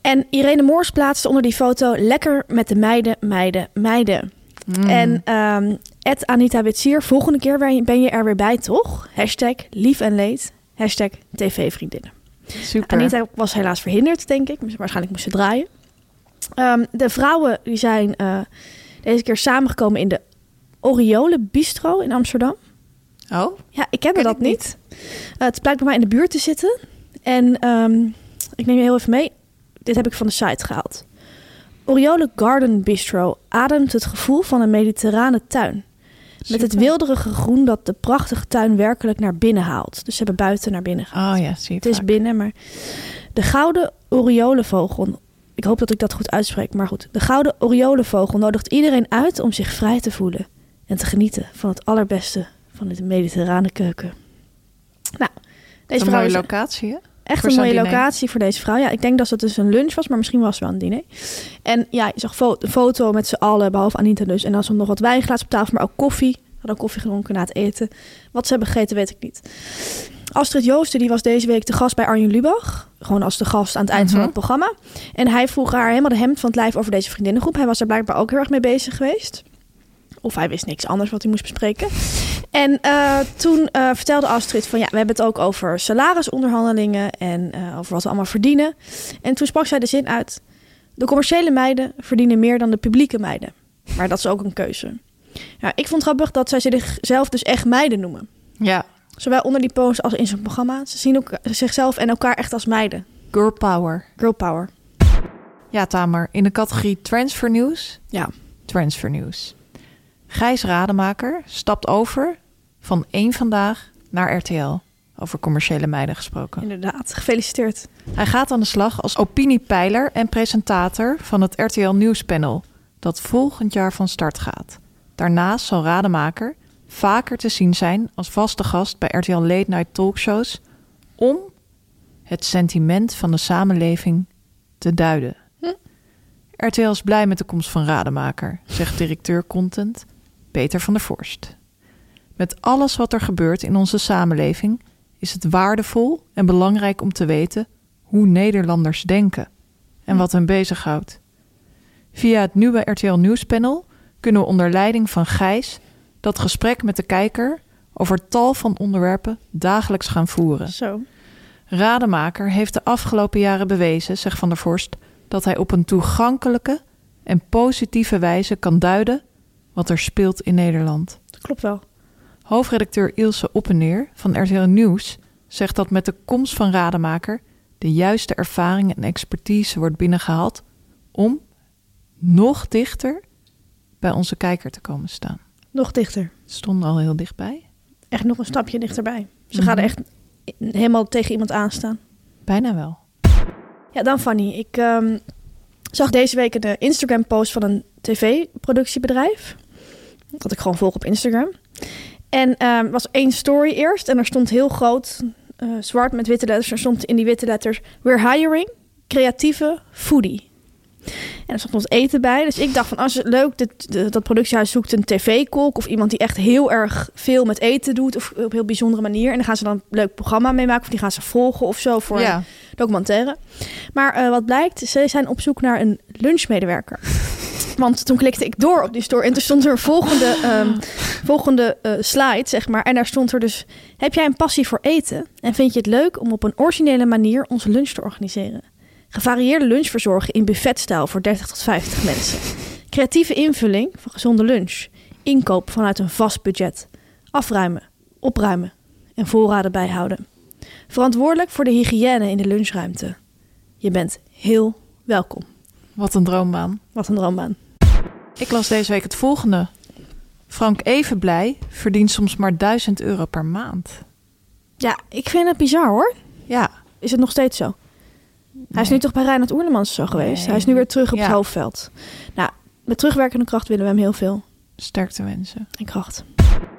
En Irene Moors plaatste onder die foto... lekker met de meiden, meiden, meiden. En ehm Ed Anita Witsier, volgende keer ben je- ben je er weer bij, toch? Hashtag lief en leed. Hashtag tv-vriendinnen.
Super.
Anita was helaas verhinderd, denk ik. Waarschijnlijk moest ze draaien. Ehm, de vrouwen die zijn eh, deze keer samengekomen in de Oriole Bistro in Amsterdam.
Oh?
Ja, ik kende dat niet. Eh, het blijkt bij mij in de buurt te zitten. En ehm, ik neem je heel even mee. Dit heb ik van de site gehaald. Oriole Garden Bistro ademt het gevoel van een mediterrane tuin. Met het
Super.
wilderige groen dat de prachtige tuin werkelijk naar binnen haalt. Dus ze hebben buiten naar binnen gehaald.
Oh ja, zie je
Het is binnen, maar... De gouden oriolenvogel... Ik hoop dat ik dat goed uitspreek, maar goed. De gouden oriolenvogel nodigt iedereen uit om zich vrij te voelen. En te genieten van het allerbeste van de mediterrane keuken. Nou, deze
een
vrouw
mooie
is
locatie, hè?
Echt
Voor
een
zo'n
mooie
diner.
locatie voor deze vrouw. Ja, ik denk dat het dus een lunch was, maar misschien was het wel een diner. En ja, je zag fo- een foto met z'n allen, behalve Anita dus. En dan stond nog wat wijnglazen op tafel, maar ook koffie. Had ook koffie gedronken na het eten. Wat ze hebben gegeten, weet ik niet. Astrid Joosten, die was deze week de gast bij Arjen Lubach. Gewoon als de gast aan het eind
Mhm.
van het programma. En hij vroeg haar helemaal de hemd van het lijf over deze vriendinnengroep. Hij was er blijkbaar ook heel erg mee bezig geweest. Of hij wist niks anders wat hij moest bespreken. En eh, toen eh, vertelde Astrid van ja, we hebben het ook over salarisonderhandelingen en eh, over wat we allemaal verdienen. En toen sprak zij de zin uit: de commerciële meiden verdienen meer dan de publieke meiden. Maar dat is ook een keuze. Ja, ik vond grappig dat zij zichzelf dus echt meiden noemen.
Ja.
Zowel onder die post als in zijn programma. Ze zien ook eh, zichzelf en elkaar echt als meiden.
Girl power.
Girl power.
Ja, Tamer. In de categorie transfernieuws.
Ja.
Transfernieuws. Gijs Rademaker stapt over van één vandaag naar RTL. Over commerciële meiden gesproken.
Inderdaad. Gefeliciteerd.
Hij gaat aan de slag als opiniepeiler en presentator van het RTL Nieuwspanel, dat volgend jaar van start gaat. Daarnaast zal Rademaker vaker te zien zijn als vaste gast bij RTL Late Night Talkshows om het sentiment van de samenleving te duiden. RTL is blij met de komst van Rademaker, zegt directeur content Peter van der Vorst. Met alles wat er gebeurt in onze samenleving is het waardevol en belangrijk om te weten hoe Nederlanders denken en wat hen bezighoudt. Via het nieuwe RTL Nieuwspanel kunnen we onder leiding van Gijs dat gesprek met de kijker over tal van onderwerpen dagelijks gaan voeren.
Zo.
Rademaker heeft de afgelopen jaren bewezen, zegt Van der Vorst, dat hij op een toegankelijke en positieve wijze kan duiden wat er speelt in Nederland.
Dat klopt wel.
Hoofdredacteur Ilse Oppeneer van RTL Nieuws zegt dat met de komst van Rademaker de juiste ervaring en expertise wordt binnengehaald om nog dichter bij onze kijker te komen staan.
Nog dichter.
Stonden al heel dichtbij.
Echt nog een stapje dichterbij. Ze
Mhm.
gaan echt helemaal tegen iemand aanstaan.
Bijna wel.
Ja, dan Fanny. Ik ehm, zag deze week een eh, Instagram-post van een tv-productiebedrijf. Dat ik gewoon volg op Instagram. En ehm was één story eerst. En er stond heel groot, eh, zwart met witte letters. Er stond in die witte letters... We're hiring creatieve foodie. En er stond ons eten bij. Dus ik dacht van, als het leuk, dit, de- dat productiehuis zoekt een tv-kok... of iemand die echt heel erg veel met eten doet... of op een heel bijzondere manier. En dan gaan ze dan een leuk programma mee maken... of die gaan ze volgen of zo voor
Ja.
een documentaire. Maar eh, wat blijkt, ze zijn op zoek naar een lunchmedewerker. Want toen klikte ik door op die store en toen stond er een volgende, ehm, volgende eh, slide, zeg maar. En daar stond er dus, heb jij een passie voor eten? En vind je het leuk om op een originele manier onze lunch te organiseren? Gevarieerde lunch verzorgen in buffetstijl voor 30 tot 50 mensen. Creatieve invulling van gezonde lunch. Inkoop vanuit een vast budget. Afruimen, opruimen en voorraden bijhouden. Verantwoordelijk voor de hygiëne in de lunchruimte. Je bent heel welkom.
Wat een droombaan.
Wat een droombaan.
Ik las deze week het volgende. Frank Evenblij verdient soms maar 1000 euro per maand.
Ja, ik vind het bizar hoor.
Ja.
Is het nog steeds zo? Hij is nu toch bij Reinhard Oerlemans zo geweest?
Nee.
Hij is nu weer terug op
Ja.
het hoofdveld. Nou, met terugwerkende kracht willen we hem heel veel.
Sterkte wensen.
En kracht.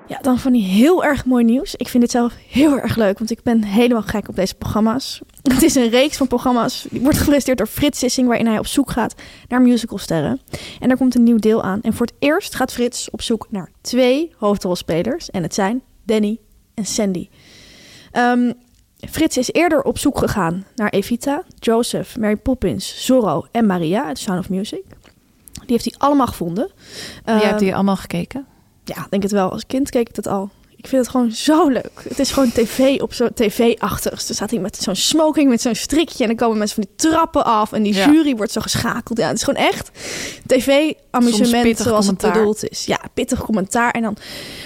Ja, dan van die heel erg mooi nieuws. Ik vind dit zelf heel erg leuk, want ik ben helemaal gek op deze programma's. Het is een reeks van programma's. Die wordt gepresenteerd door Frits Sissing, waarin hij op zoek gaat naar musicalsterren. En daar komt een nieuw deel aan. En voor het eerst gaat Frits op zoek naar twee hoofdrolspelers. En het zijn Danny en Sandy. Ehm, Frits is eerder op zoek gegaan naar Evita, Joseph, Mary Poppins, Zorro en Maria uit Sound of Music. Die heeft hij allemaal gevonden.
Jij hebt
Ehm,
die allemaal gekeken?
ja, ik denk het wel. Als kind keek ik dat al. Ik Ik vind het gewoon zo leuk. Het is gewoon tv op zo'n tv-achtig. Dus er staat hij met zo'n smoking, met zo'n strikje. En dan komen mensen van die trappen af. En die
Ja.
jury wordt zo geschakeld. Ja, het is gewoon echt
Soms
tv-amusement
pittig
zoals het
commentaar.
bedoeld is. Ja, pittig commentaar. En dan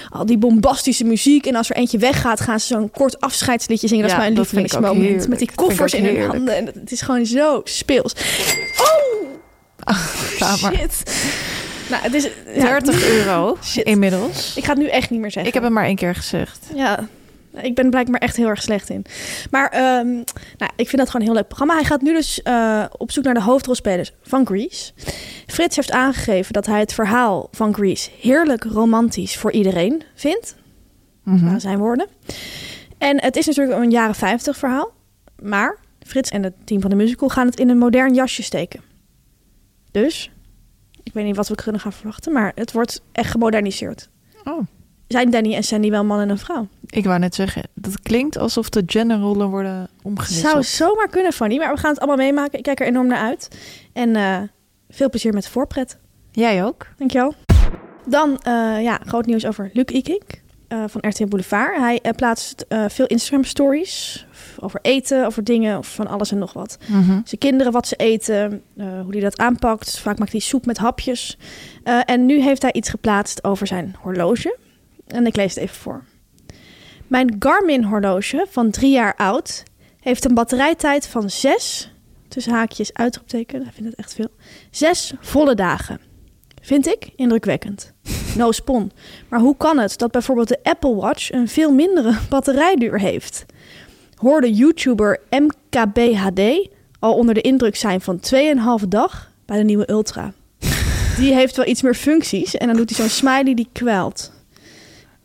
al die bombastische muziek. En als er eentje weggaat, gaan ze zo'n kort afscheidsliedje zingen. Dat
Ja,
is mijn
dat vind ik ook
lievelingsmoment. Met die
heerlijk. Dat vind
koffers
ik ook
in hun
heerlijk.
handen. En het is gewoon zo speels. Oh! Shit. Nou, het is... ja.
30 euro
Shit.
inmiddels.
Ik ga het nu echt niet meer zeggen.
Ik heb hem maar één keer gezegd.
Ja, ik ben blijkbaar echt heel erg slecht in. Maar ehm, nou, ik vind dat gewoon een heel leuk programma. Hij gaat nu dus eh, op zoek naar de hoofdrolspelers van Grease. Frits heeft aangegeven dat hij het verhaal van Grease heerlijk romantisch voor iedereen vindt. Waren zijn woorden. En het is natuurlijk een jaren 50 verhaal. Maar Frits en het team van de musical gaan het in een modern jasje steken. Dus, ik weet niet wat we kunnen gaan verwachten, maar het wordt echt gemoderniseerd.
Oh.
Zijn Danny en Sandy wel man en een vrouw?
Ik wou net zeggen, dat klinkt alsof de genderrollen worden omgewisseld.
Zou zomaar kunnen, Fanny. Maar we gaan het allemaal meemaken. Ik kijk er enorm naar uit. En eh, veel plezier met de voorpret.
Jij ook.
Dankjewel. Dan, eh, ja, groot nieuws over Luc Ikink eh, van RTL Boulevard. Hij eh, plaatst eh, veel Instagram-stories over eten, over dingen, of van alles en nog wat.
Mhm.
Zijn kinderen, wat ze eten, eh, hoe hij dat aanpakt. Vaak maakt hij soep met hapjes. Eh, en nu heeft hij iets geplaatst over zijn horloge. En ik lees het even voor. Mijn Garmin-horloge van drie jaar oud heeft een batterijtijd van zes, tussen haakjes uitroepteken, hij vindt het echt veel, zes volle dagen. Vind ik indrukwekkend. No spon. Maar hoe kan het dat bijvoorbeeld de Apple Watch een veel mindere batterijduur heeft? Hoorde YouTuber MKBHD al onder de indruk zijn van 2,5 dag bij de nieuwe Ultra. Die heeft wel iets meer functies en dan doet hij zo'n smiley die kwijlt.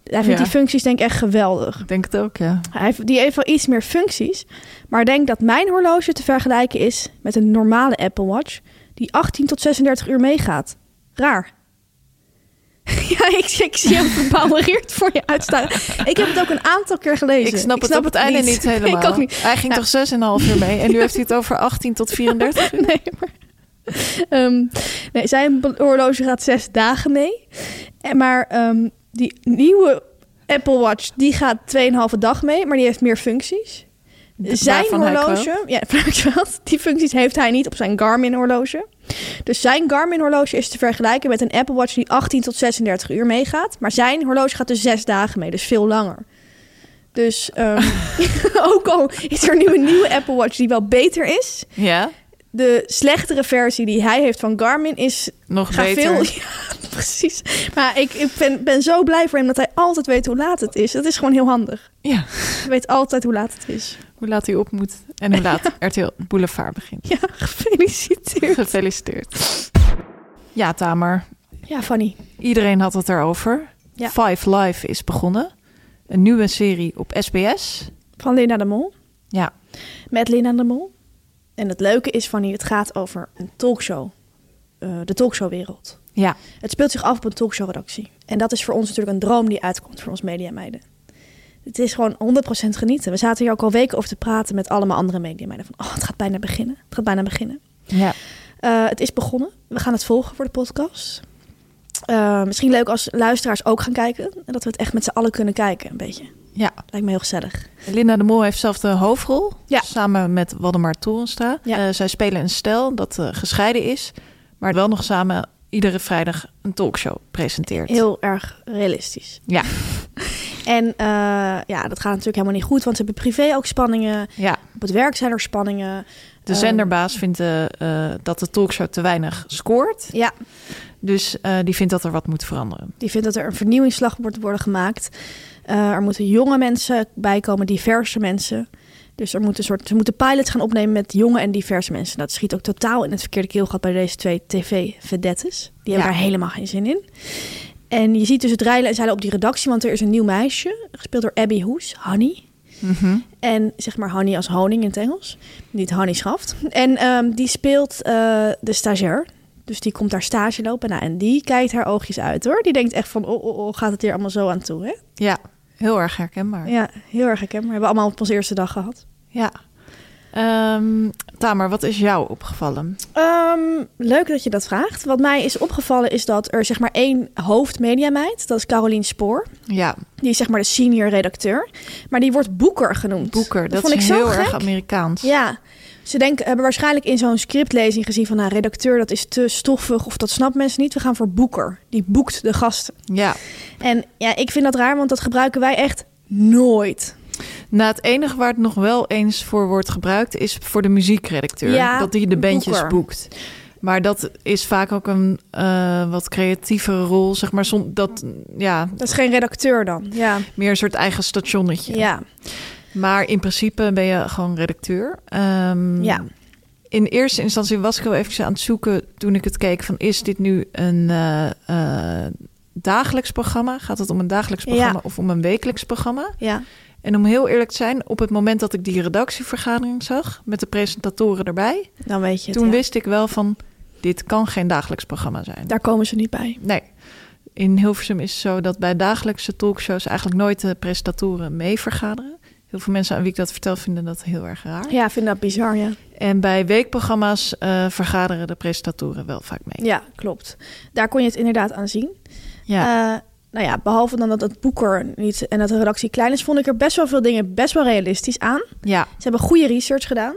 Hij vindt
Ja.
die functies denk ik echt geweldig.
Ik denk het ook, ja.
Hij heeft, die heeft wel iets meer functies. Maar ik denk dat mijn horloge te vergelijken is met een normale Apple Watch. Die 18 tot 36 uur meegaat. Raar. Ja, ik, ik zie hem verbouwereerd voor je uitstaan. Ik heb het ook een aantal keer gelezen.
Ik snap het op het, einde niet, helemaal.
Ik ook niet.
Hij ging
Ja.
toch 6,5 uur mee en nu heeft hij het over 18 tot 34 uur?
Nee, maar... Ehm, nee, zijn be- horloge gaat zes dagen mee. En maar ehm, die nieuwe Apple Watch, die gaat 2,5 dag mee. Maar die heeft meer functies. Zijn
Waarvan hij
horloge,
kwam?
ja, vaak wel. die functies heeft hij niet op zijn Garmin horloge. Dus zijn Garmin horloge is te vergelijken met een Apple Watch die 18 tot 36 uur meegaat. Maar zijn horloge gaat dus zes dagen mee, dus veel langer. Dus ehm, ook al is er nu een nieuwe Apple Watch die wel beter is,
Ja,
de slechtere versie die hij heeft van Garmin is
nog
gaat
beter.
veel. Ja, precies. Maar ik, ik ben, ben zo blij voor hem dat hij altijd weet hoe laat het is. Dat is gewoon heel handig.
Ja.
Hij weet altijd hoe laat het is.
Hoe laat hij op moet en hoe laat RTL Boulevard begint.
Ja, gefeliciteerd.
Gefeliciteerd. Ja, Tamer.
Ja, Fanny.
Iedereen had het erover.
Ja.
Five Live is begonnen. Een nieuwe serie op SBS.
Van Linda de Mol.
Ja.
Met Linda de Mol. En het leuke is, Fanny, het gaat over een talkshow. Eh, de talkshowwereld.
Ja.
Het speelt zich af op een talkshowredactie. En dat is voor ons natuurlijk een droom die uitkomt voor ons mediameiden. Het is gewoon 100% genieten. We zaten hier ook al weken over te praten met allemaal andere mediameiden. Van, oh, het gaat bijna beginnen. Het gaat bijna beginnen.
Ja.
Eh, het is begonnen. We gaan het volgen voor de podcast. Eh, misschien leuk als luisteraars ook gaan kijken. En dat we het echt met z'n allen kunnen kijken, een beetje.
Ja.
Lijkt me heel gezellig.
Linda de Mol heeft zelf de hoofdrol. Samen met Waldemar Torenstra. Eh, zij spelen een stel dat eh, gescheiden is. Maar wel nog samen iedere vrijdag een talkshow presenteert.
Heel erg realistisch.
Ja.
En eh, ja, dat gaat natuurlijk helemaal niet goed, want ze hebben privé ook spanningen.
Ja.
Op het werk zijn er spanningen.
De
Eh,
zenderbaas vindt eh, eh, dat de talkshow te weinig scoort.
Ja.
Dus eh, die vindt dat er wat moet veranderen.
Die vindt dat er een vernieuwingsslag moet worden gemaakt. Eh, er moeten jonge mensen bij komen, diverse mensen. Dus er moet een soort, ze moeten pilots gaan opnemen met jonge en diverse mensen. Dat schiet ook totaal in het verkeerde keelgat bij deze twee tv-vedettes. Die hebben
Ja.
daar helemaal geen zin in. En je ziet dus het rijden en zeilen op die redactie, want er is een nieuw meisje, gespeeld door Abby Hoes, Honey. En zeg maar honey als honing in het Engels. Niet honey schaft. En ehm, die speelt eh, de stagiair. Dus die komt daar stage lopen. Nou, en die kijkt haar oogjes uit hoor. Die denkt echt van, oh, oh, oh gaat het hier allemaal zo aan toe, hè?
Ja, heel erg herkenbaar.
Ja, heel erg herkenbaar. Hebben we allemaal op onze eerste dag gehad.
Ja. Ehm, Tamer, wat is jou opgevallen?
Ehm, leuk dat je dat vraagt. Wat mij is opgevallen is dat er zeg maar één hoofdmediameid, dat is Carolien Spoor.
Ja.
Die is zeg maar de senior redacteur. Maar die wordt boeker genoemd. Boeker,
dat
vond ik
is
zo
heel
gek.
erg Amerikaans.
Ja. Ze denken, hebben waarschijnlijk in zo'n scriptlezing gezien van... nou, redacteur, dat is te stoffig of dat snapt mensen niet. We gaan voor boeker. Die boekt de gasten.
Ja.
En ja, ik vind dat raar, want dat gebruiken wij echt nooit.
Nou, het enige waar het nog wel eens voor wordt gebruikt is voor de muziekredacteur.
Ja,
dat die de bandjes
boeker.
boekt. Maar dat is vaak ook een eh, wat creatievere rol, zeg maar. Zon, dat, ja,
Dat is geen redacteur dan. Ja.
meer een soort eigen stationnetje.
Ja.
Maar in principe ben je gewoon redacteur. Ehm,
Ja.
In eerste instantie was ik wel even aan het zoeken toen ik het keek van is dit nu een eh, eh, dagelijks programma? Gaat het om een dagelijks programma
Ja.
of om een wekelijks programma?
Ja.
En om heel eerlijk te zijn, op het moment dat ik die redactievergadering zag met de presentatoren erbij,
Dan weet je het,
toen
ja.
wist ik wel van dit kan geen dagelijks programma zijn.
Daar komen ze niet bij.
Nee. In Hilversum is het zo dat bij dagelijkse talkshows eigenlijk nooit de presentatoren mee vergaderen. Heel veel mensen aan wie ik dat vertel vinden dat heel erg raar.
Ja, ik vind dat bizar, ja.
En bij weekprogramma's eh, vergaderen de presentatoren wel vaak mee.
Ja, klopt. Daar kon je het inderdaad aan zien.
Ja.
Eh, nou ja, behalve dan dat het boeker niet en dat de redactie klein is, vond ik er best wel veel dingen best wel realistisch aan.
Ja.
Ze hebben goede research gedaan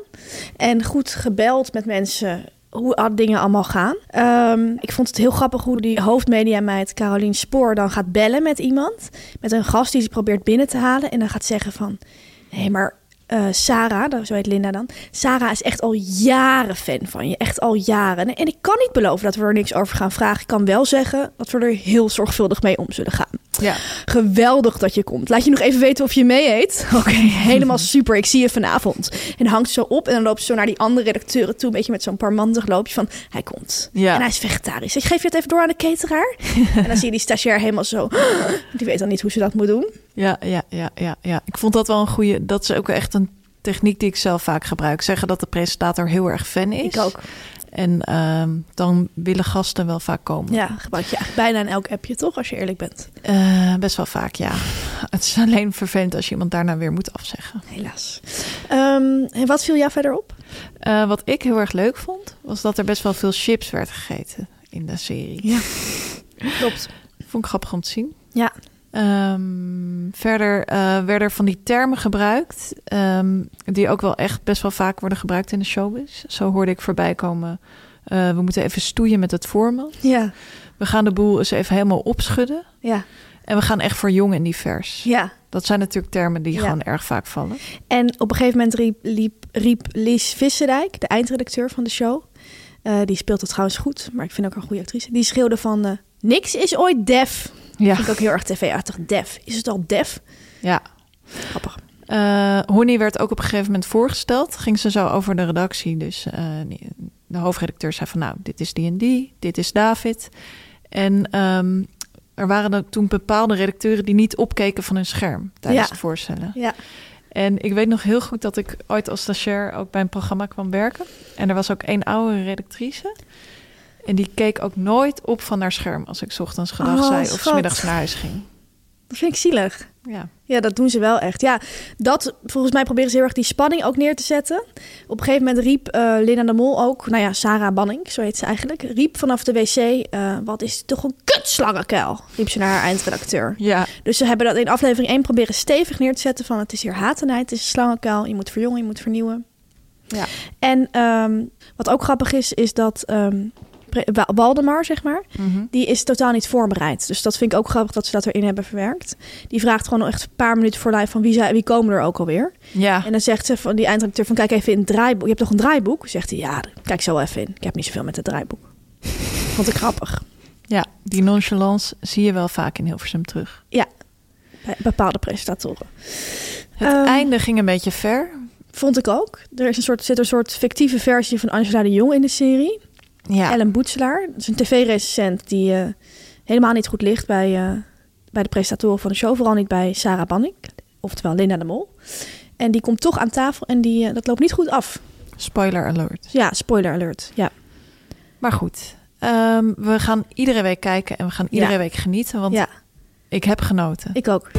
en goed gebeld met mensen hoe al- dingen allemaal gaan. Ehm, ik vond het heel grappig hoe die hoofdmediameid Carolien Spoor dan gaat bellen met iemand. Met een gast die ze probeert binnen te halen. En dan gaat zeggen van... Nee, maar eh, Sarah, dat- zo heet Linda dan. Sarah is echt al jaren fan van je. Echt al jaren. En ik kan niet beloven dat we er niks over gaan vragen. Ik kan wel zeggen dat we er heel zorgvuldig mee om zullen gaan.
Ja.
Geweldig dat je komt. Laat je nog even weten of je mee eet. Oké, helemaal super. Ik zie je vanavond. En hangt zo op en dan loopt ze zo naar die andere redacteuren toe. Een beetje met zo'n parmantig loopje van hij komt.
Ja.
En hij is vegetarisch. Ik geef je het even door aan de cateraar. en dan zie je die stagiair helemaal zo. Die weet dan niet hoe ze dat moet doen.
Ja, ja, ja, ja, ja. Ik vond dat wel een goede. Dat is ook echt een techniek die ik zelf vaak gebruik. Zeggen dat de presentator heel erg fan is. Ik ook. En ehm, dan willen gasten wel vaak komen.
Ja, gebruik je eigenlijk bijna in elk appje toch, als je eerlijk bent.
Eh, best wel vaak, ja. Het is alleen vervelend als je iemand daarna weer moet afzeggen.
Helaas. Ehm, en wat viel jou verder op?
Eh, wat ik heel erg leuk vond, was dat er best wel veel chips werd gegeten in de serie. Ja,
klopt.
Vond ik grappig om te zien.
Ja.
Ehm, verder eh, werden er van die termen gebruikt, ehm, die ook wel echt best wel vaak worden gebruikt in de showbiz. Zo hoorde ik voorbij komen, eh, we moeten even stoeien met het format.
Ja.
We gaan de boel eens even helemaal opschudden.
Ja.
En we gaan echt voor jong en divers.
Ja.
Dat zijn natuurlijk termen die
Ja.
gewoon erg vaak vallen.
En op een gegeven moment riep, liep, riep Lies Visserdijk, de eindredacteur van de show. eh, die speelt het trouwens goed, maar ik vind ook een goede actrice. Die schreeuwde van, eh, niks is ooit def.
Ja.
Vind ik ook heel erg tv-achtig. Def. Is het al def?
Ja.
Grappig.
Eh Honey werd ook op een gegeven moment voorgesteld. Ging ze zo over de redactie. Dus eh, de hoofdredacteur zei van nou, dit is die en die. Dit is David. En ehm, er waren er toen bepaalde redacteuren die niet opkeken van hun scherm tijdens
Ja.
het voorstellen.
Ja.
En ik weet nog heel goed dat ik ooit als stagiair ook bij een programma kwam werken. En er was ook één oude redactrice. En die keek ook nooit op van haar scherm als Dus ik 's ochtends gedag
Oh,
zei of
schat.
's middags naar huis ging.
Dat vind ik zielig.
Ja.
Ja, dat doen ze wel echt. Ja, dat volgens mij proberen ze heel erg die spanning ook neer te zetten. Op een gegeven moment riep eh Linda de Mol ook, nou ja, Sarah Banning, zo heet ze eigenlijk, riep vanaf de wc: eh, Wat is dit toch een kutslangenkuil? Riep ze naar haar eindredacteur.
Ja.
Dus ze hebben dat in aflevering 1 proberen stevig neer te zetten: van het is hier hatenheid, het is een slangenkuil, je moet verjongen, je moet vernieuwen.
Ja.
En ehm, wat ook grappig is, is dat ehm, pre- Wa- Waldemar, zeg maar,
Mhm.
die is totaal niet voorbereid. Dus dat vind ik ook grappig dat ze dat erin hebben verwerkt. Die vraagt gewoon echt een paar minuten voor live van wie, zijn, wie komen er ook alweer.
Ja.
En dan zegt ze van die eindredacteur van kijk even in het draaiboek. Je hebt toch een draaiboek? Zegt hij ja, kijk zo even in. Ik heb niet zoveel met het draaiboek. Vond ik grappig.
Ja, die nonchalance zie je wel vaak in Hilversum terug.
Ja, bij bepaalde presentatoren.
Het einde ging een beetje ver.
Vond ik ook. Er is een soort, zit een soort fictieve versie van Angela de Jong in de serie.
Ja.
Ellen Boetselaar. Dat is een tv-recensent die eh, helemaal niet goed ligt bij, eh, bij de presentatoren van de show. Vooral niet bij Sarah Banning, oftewel Linda de Mol. En die komt toch aan tafel en die, eh, dat loopt niet goed af.
Spoiler alert.
Ja, spoiler alert. Ja.
Maar goed, ehm, we gaan iedere week kijken en we gaan iedere
Ja.
week genieten. Want
Ja.
ik heb genoten.
Ik ook.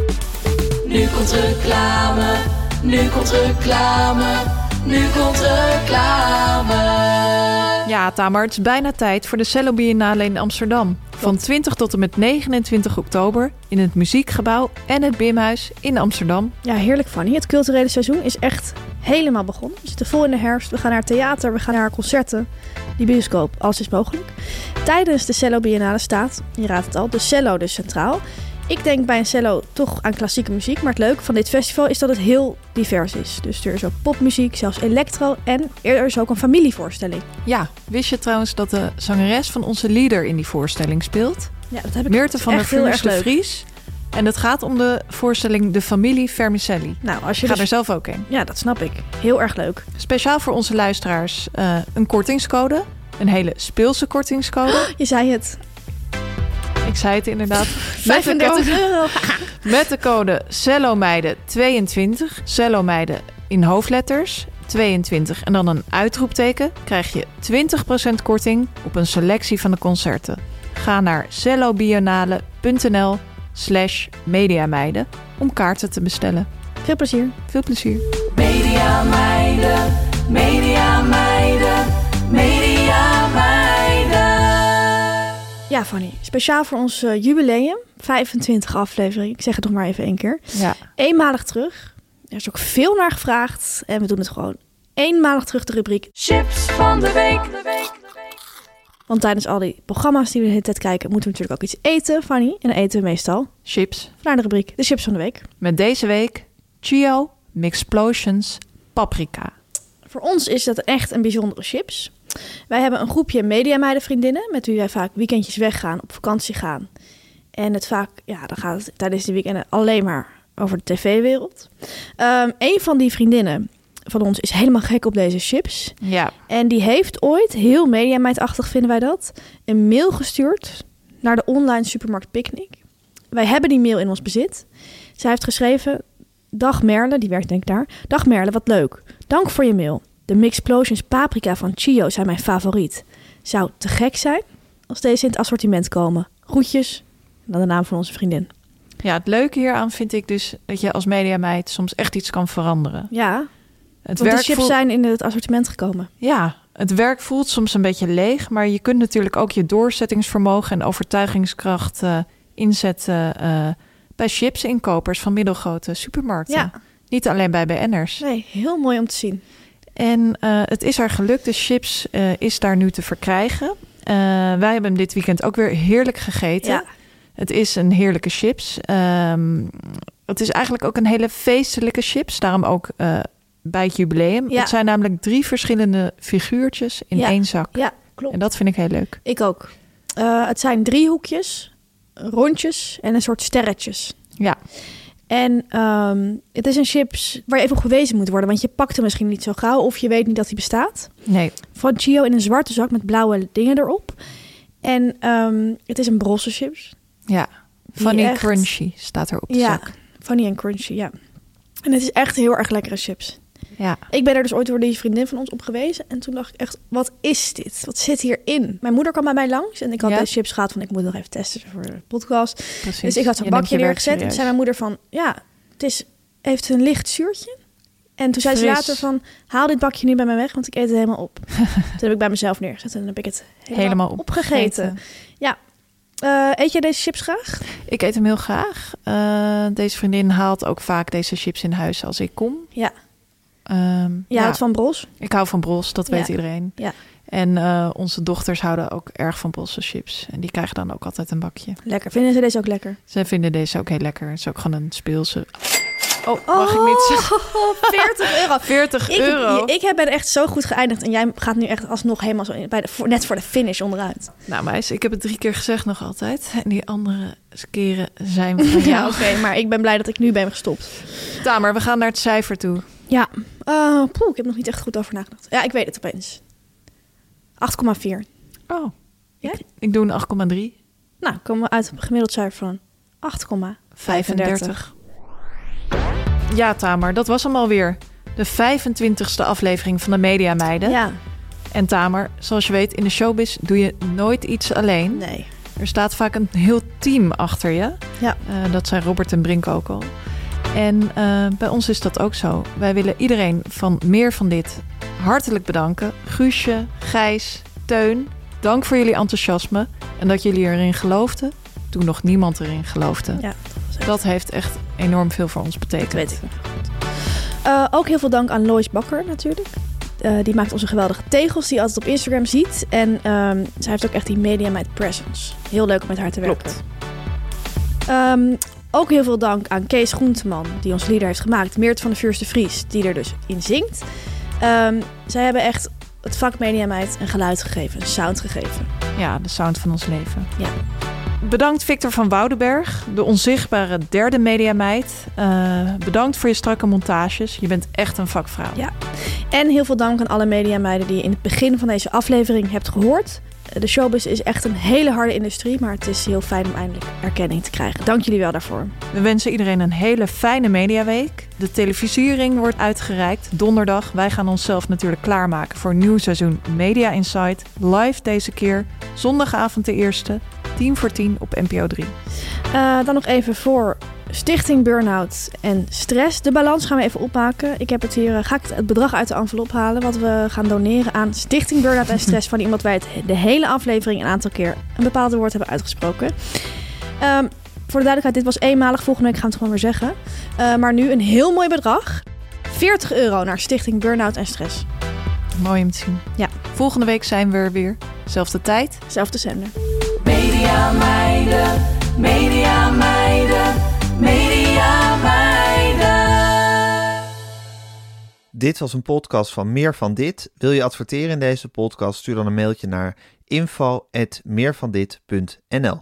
Nu komt reclame, nu komt reclame, Nu komt reclame.
Ja, Tamar, het is bijna tijd voor de Cello Biennale in Amsterdam. Van 20 tot en met 29 oktober in het Muziekgebouw en het Bimhuis in Amsterdam.
Ja, heerlijk Fanny. Het culturele seizoen is echt helemaal begonnen. We zitten vol in de herfst. We gaan naar theater, we gaan naar concerten, die bioscoop, alles is mogelijk. Tijdens de Cello Biennale staat, je raadt het al, de cello dus centraal. Ik denk bij een cello toch aan klassieke muziek, maar het leuke van dit festival is dat het heel divers is. Dus er is ook popmuziek, zelfs electro en er is ook een familievoorstelling.
Ja, wist je trouwens dat de zangeres van onze leader in die voorstelling speelt?
Ja, dat heb ik
Meerte van der
echt heel
Vuurs
erg
de
leuk.
Vries. En het gaat om de voorstelling De Familie Vermicelli.
Nou, als je
Ga
dus-
er zelf ook heen.
Ja, dat snap ik. Heel erg leuk.
Speciaal voor onze luisteraars eh, een kortingscode. Een hele speelse kortingscode.
Je zei het.
Ik zei het inderdaad. Met de
35
code-
euro.
Met de code CELLOMEIDEN22, CELLOMEIDEN in hoofdletters, 22 en dan een uitroepteken, krijg je 20% korting op een selectie van de concerten. Ga naar cellobiennale.nl slash mediameiden om kaarten te bestellen.
Veel plezier.
Veel plezier.
Media meiden, media meiden, media meiden.
Ja, Fanny. Speciaal voor ons eh, jubileum. 25 aflevering. Ik zeg het nog maar even één keer.
Ja.
Eenmalig terug. Er is ook veel naar gevraagd. En we doen het gewoon eenmalig terug, de rubriek
Chips van de week.
Want tijdens al die programma's die we de hele tijd kijken... moeten we natuurlijk ook iets eten, Fanny. En dan eten we meestal...
Chips.
Vandaar de rubriek, de chips van de week.
Met deze week Chio Mixplosions Paprika.
Voor ons is dat echt een bijzondere chips. Wij hebben een groepje mediameidenvriendinnen... met wie wij vaak weekendjes weggaan, op vakantie gaan. En het vaak, ja, dan gaat het tijdens die weekenden alleen maar over de tv-wereld. Ehm een van die vriendinnen van ons is helemaal gek op deze chips.
Ja.
En die heeft ooit, heel mediameidachtig vinden wij dat... een mail gestuurd naar de online supermarkt Picnic. Wij hebben die mail in ons bezit. Zij heeft geschreven... Dag Merle, die werkt denk ik daar. Dag Merle, wat leuk. Dank voor je mail. De Mixplosions paprika van Chio zijn mijn favoriet. Zou te gek zijn als deze in het assortiment komen. Groetjes. En dan de naam van onze vriendin.
Ja, het leuke hieraan vind ik dus dat je als mediameid soms echt iets kan veranderen.
Ja,
Het
want de
werk
chips
voelt-
zijn in het assortiment gekomen.
Ja, het werk voelt soms een beetje leeg, maar je kunt natuurlijk ook je doorzettingsvermogen en overtuigingskracht eh, inzetten eh, bij chipsinkopers van middelgrote supermarkten.
Ja.
Niet alleen bij BN'ers.
Nee, heel mooi om te zien.
En eh, het is haar gelukt, de chips eh, is daar nu te verkrijgen. Eh, wij hebben hem dit weekend ook weer heerlijk gegeten.
Ja.
Het is een heerlijke chips. Ehm, het is eigenlijk ook een hele feestelijke chips, daarom ook eh, bij het jubileum.
Ja.
Het zijn namelijk drie verschillende figuurtjes in
Ja.
één zak.
Ja, klopt.
En dat vind ik heel leuk.
Ik ook. Eh, het zijn driehoekjes, rondjes en een soort sterretjes.
Ja.
En ehm, het is een chips waar je even op gewezen moet worden, want je pakt hem misschien niet zo gauw of je weet niet dat hij bestaat.
Nee.
Van Chio in een zwarte zak met blauwe dingen erop. En ehm, het is een brosse chips.
Ja.
Die
Funny
echt-
Crunchy staat er op de
ja,
zak.
funny en crunchy, ja. En het is echt heel erg lekkere chips.
Ja.
Ik ben er dus ooit door die vriendin van ons op gewezen. En toen dacht ik echt, wat is dit? Wat zit hierin? Mijn moeder kwam bij mij langs en ik had
Ja.
deze chips gehad van ik moet nog even testen voor de podcast.
Precies.
Dus ik had zo'n
Je neemt
bakje
je werk
neergezet en toen
serieus.
zei mijn moeder van, ja, het is, heeft een licht zuurtje. En toen zei ze
Fris.
later van, haal dit bakje nu bij mij weg, want ik eet het helemaal op. toen heb ik bij mezelf neergezet en dan heb ik het helemaal,
Helemaal
opgegeten.
opgegeten.
Ja. Eh, eet jij deze chips graag?
Ik eet hem heel graag. Eh, deze vriendin haalt ook vaak deze chips in huis als ik kom.
Ja.
Ehm,
Je houdt van bros?
Ik hou van bros, dat
Ja.
weet iedereen.
Ja.
En eh, onze dochters houden ook erg van brosse chips. En die krijgen dan ook altijd een bakje.
Lekker. Vinden ze deze ook lekker?
Zij vinden deze ook heel lekker. Het is ook gewoon een speelse.
Oh, mag ik niet zeggen? 40 Oh, euro.
40
ik,
euro.
Ik, ik ben echt zo goed geëindigd en jij gaat nu echt alsnog helemaal zo in- bij de, voor, net voor de finish onderuit.
Nou meis, ik heb het drie keer gezegd nog altijd. En die andere keren zijn van jou.
Ja, oké, maar ik ben blij dat ik nu ben gestopt.
Tamer, we gaan naar het cijfer toe.
Ja, Eh, poeh, ik heb nog niet echt goed over nagedacht. Ja, ik weet het opeens. 8,4.
Oh. Ik, ik doe een 8,3.
Nou, komen we uit op een gemiddeld cijfer van 8,35.
35. Ja, Tamer, dat was hem alweer. De 25ste aflevering van de Media Meiden.
Ja.
En Tamer, zoals je weet, in de showbiz doe je nooit iets alleen.
Nee.
Er staat vaak een heel team achter je.
Ja.
Eh, dat zijn Robert en Brink ook al. En eh, bij ons is dat ook zo. Wij willen iedereen van meer van dit hartelijk bedanken. Guusje, Gijs, Teun, dank voor jullie enthousiasme en dat jullie erin geloofden toen nog niemand erin geloofde.
Ja,
dat heeft echt enorm veel voor ons betekend.
weet ik. Eh, ook heel veel dank aan Lois Bakker natuurlijk. Eh, die maakt onze geweldige tegels die je altijd op Instagram ziet. En ehm, zij heeft ook echt die media met presence. Heel leuk om met haar te werken. Ehm, ook heel veel dank aan Kees Groenteman, die ons lieder heeft gemaakt. Meert van de Vuurste Vries, die er dus in zingt. Ehm, zij hebben echt het vak Media Meid een geluid gegeven, een sound gegeven.
Ja, de sound van ons leven.
Ja.
Bedankt Victor van Woudenberg, de onzichtbare derde mediameid. Eh, bedankt voor je strakke montages. Je bent echt een vakvrouw.
Ja. En heel veel dank aan alle mediameiden die je in het begin van deze aflevering hebt gehoord. Eh, De showbiz is echt een hele harde industrie, maar het is heel fijn om eindelijk erkenning te krijgen. Dank jullie wel daarvoor.
We wensen iedereen een hele fijne mediaweek. De televisiering wordt uitgereikt donderdag. Wij gaan onszelf natuurlijk klaarmaken voor een nieuw seizoen Media Insight. Live deze keer, zondagavond de eerste, 10 voor 10 op NPO 3.
Eh, dan nog even voor Stichting Burnout en Stress. De balans gaan we even opmaken. Ik heb het hier, eh, ga ik het bedrag uit de envelop halen wat we gaan doneren aan Stichting Burnout en Stress van iemand wij het de hele aflevering een aantal keer een bepaald woord hebben uitgesproken. Ehm, voor de duidelijkheid, dit was eenmalig. Volgende week gaan we het gewoon weer zeggen. Eh, maar nu een heel mooi bedrag. 40 euro naar Stichting Burnout en Stress.
Mooi om te zien.
Ja.
Volgende week zijn we er weer. Zelfde tijd.
Zelfde zender.
Media meiden, media meiden, media meiden.
Dit was een podcast van Meer van Dit. Wil je adverteren in deze podcast? Stuur dan een mailtje naar info.meervandit.nl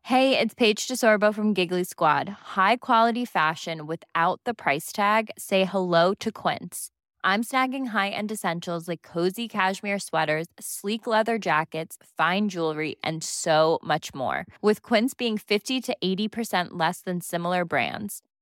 Hey, it's Paige DeSorbo from Giggly Squad. High quality fashion without the price tag. Say hello to Quince. I'm snagging high-end essentials like cozy cashmere sweaters, sleek leather jackets, fine jewelry, and so much more. With Quince being 50 to 80% less than similar brands.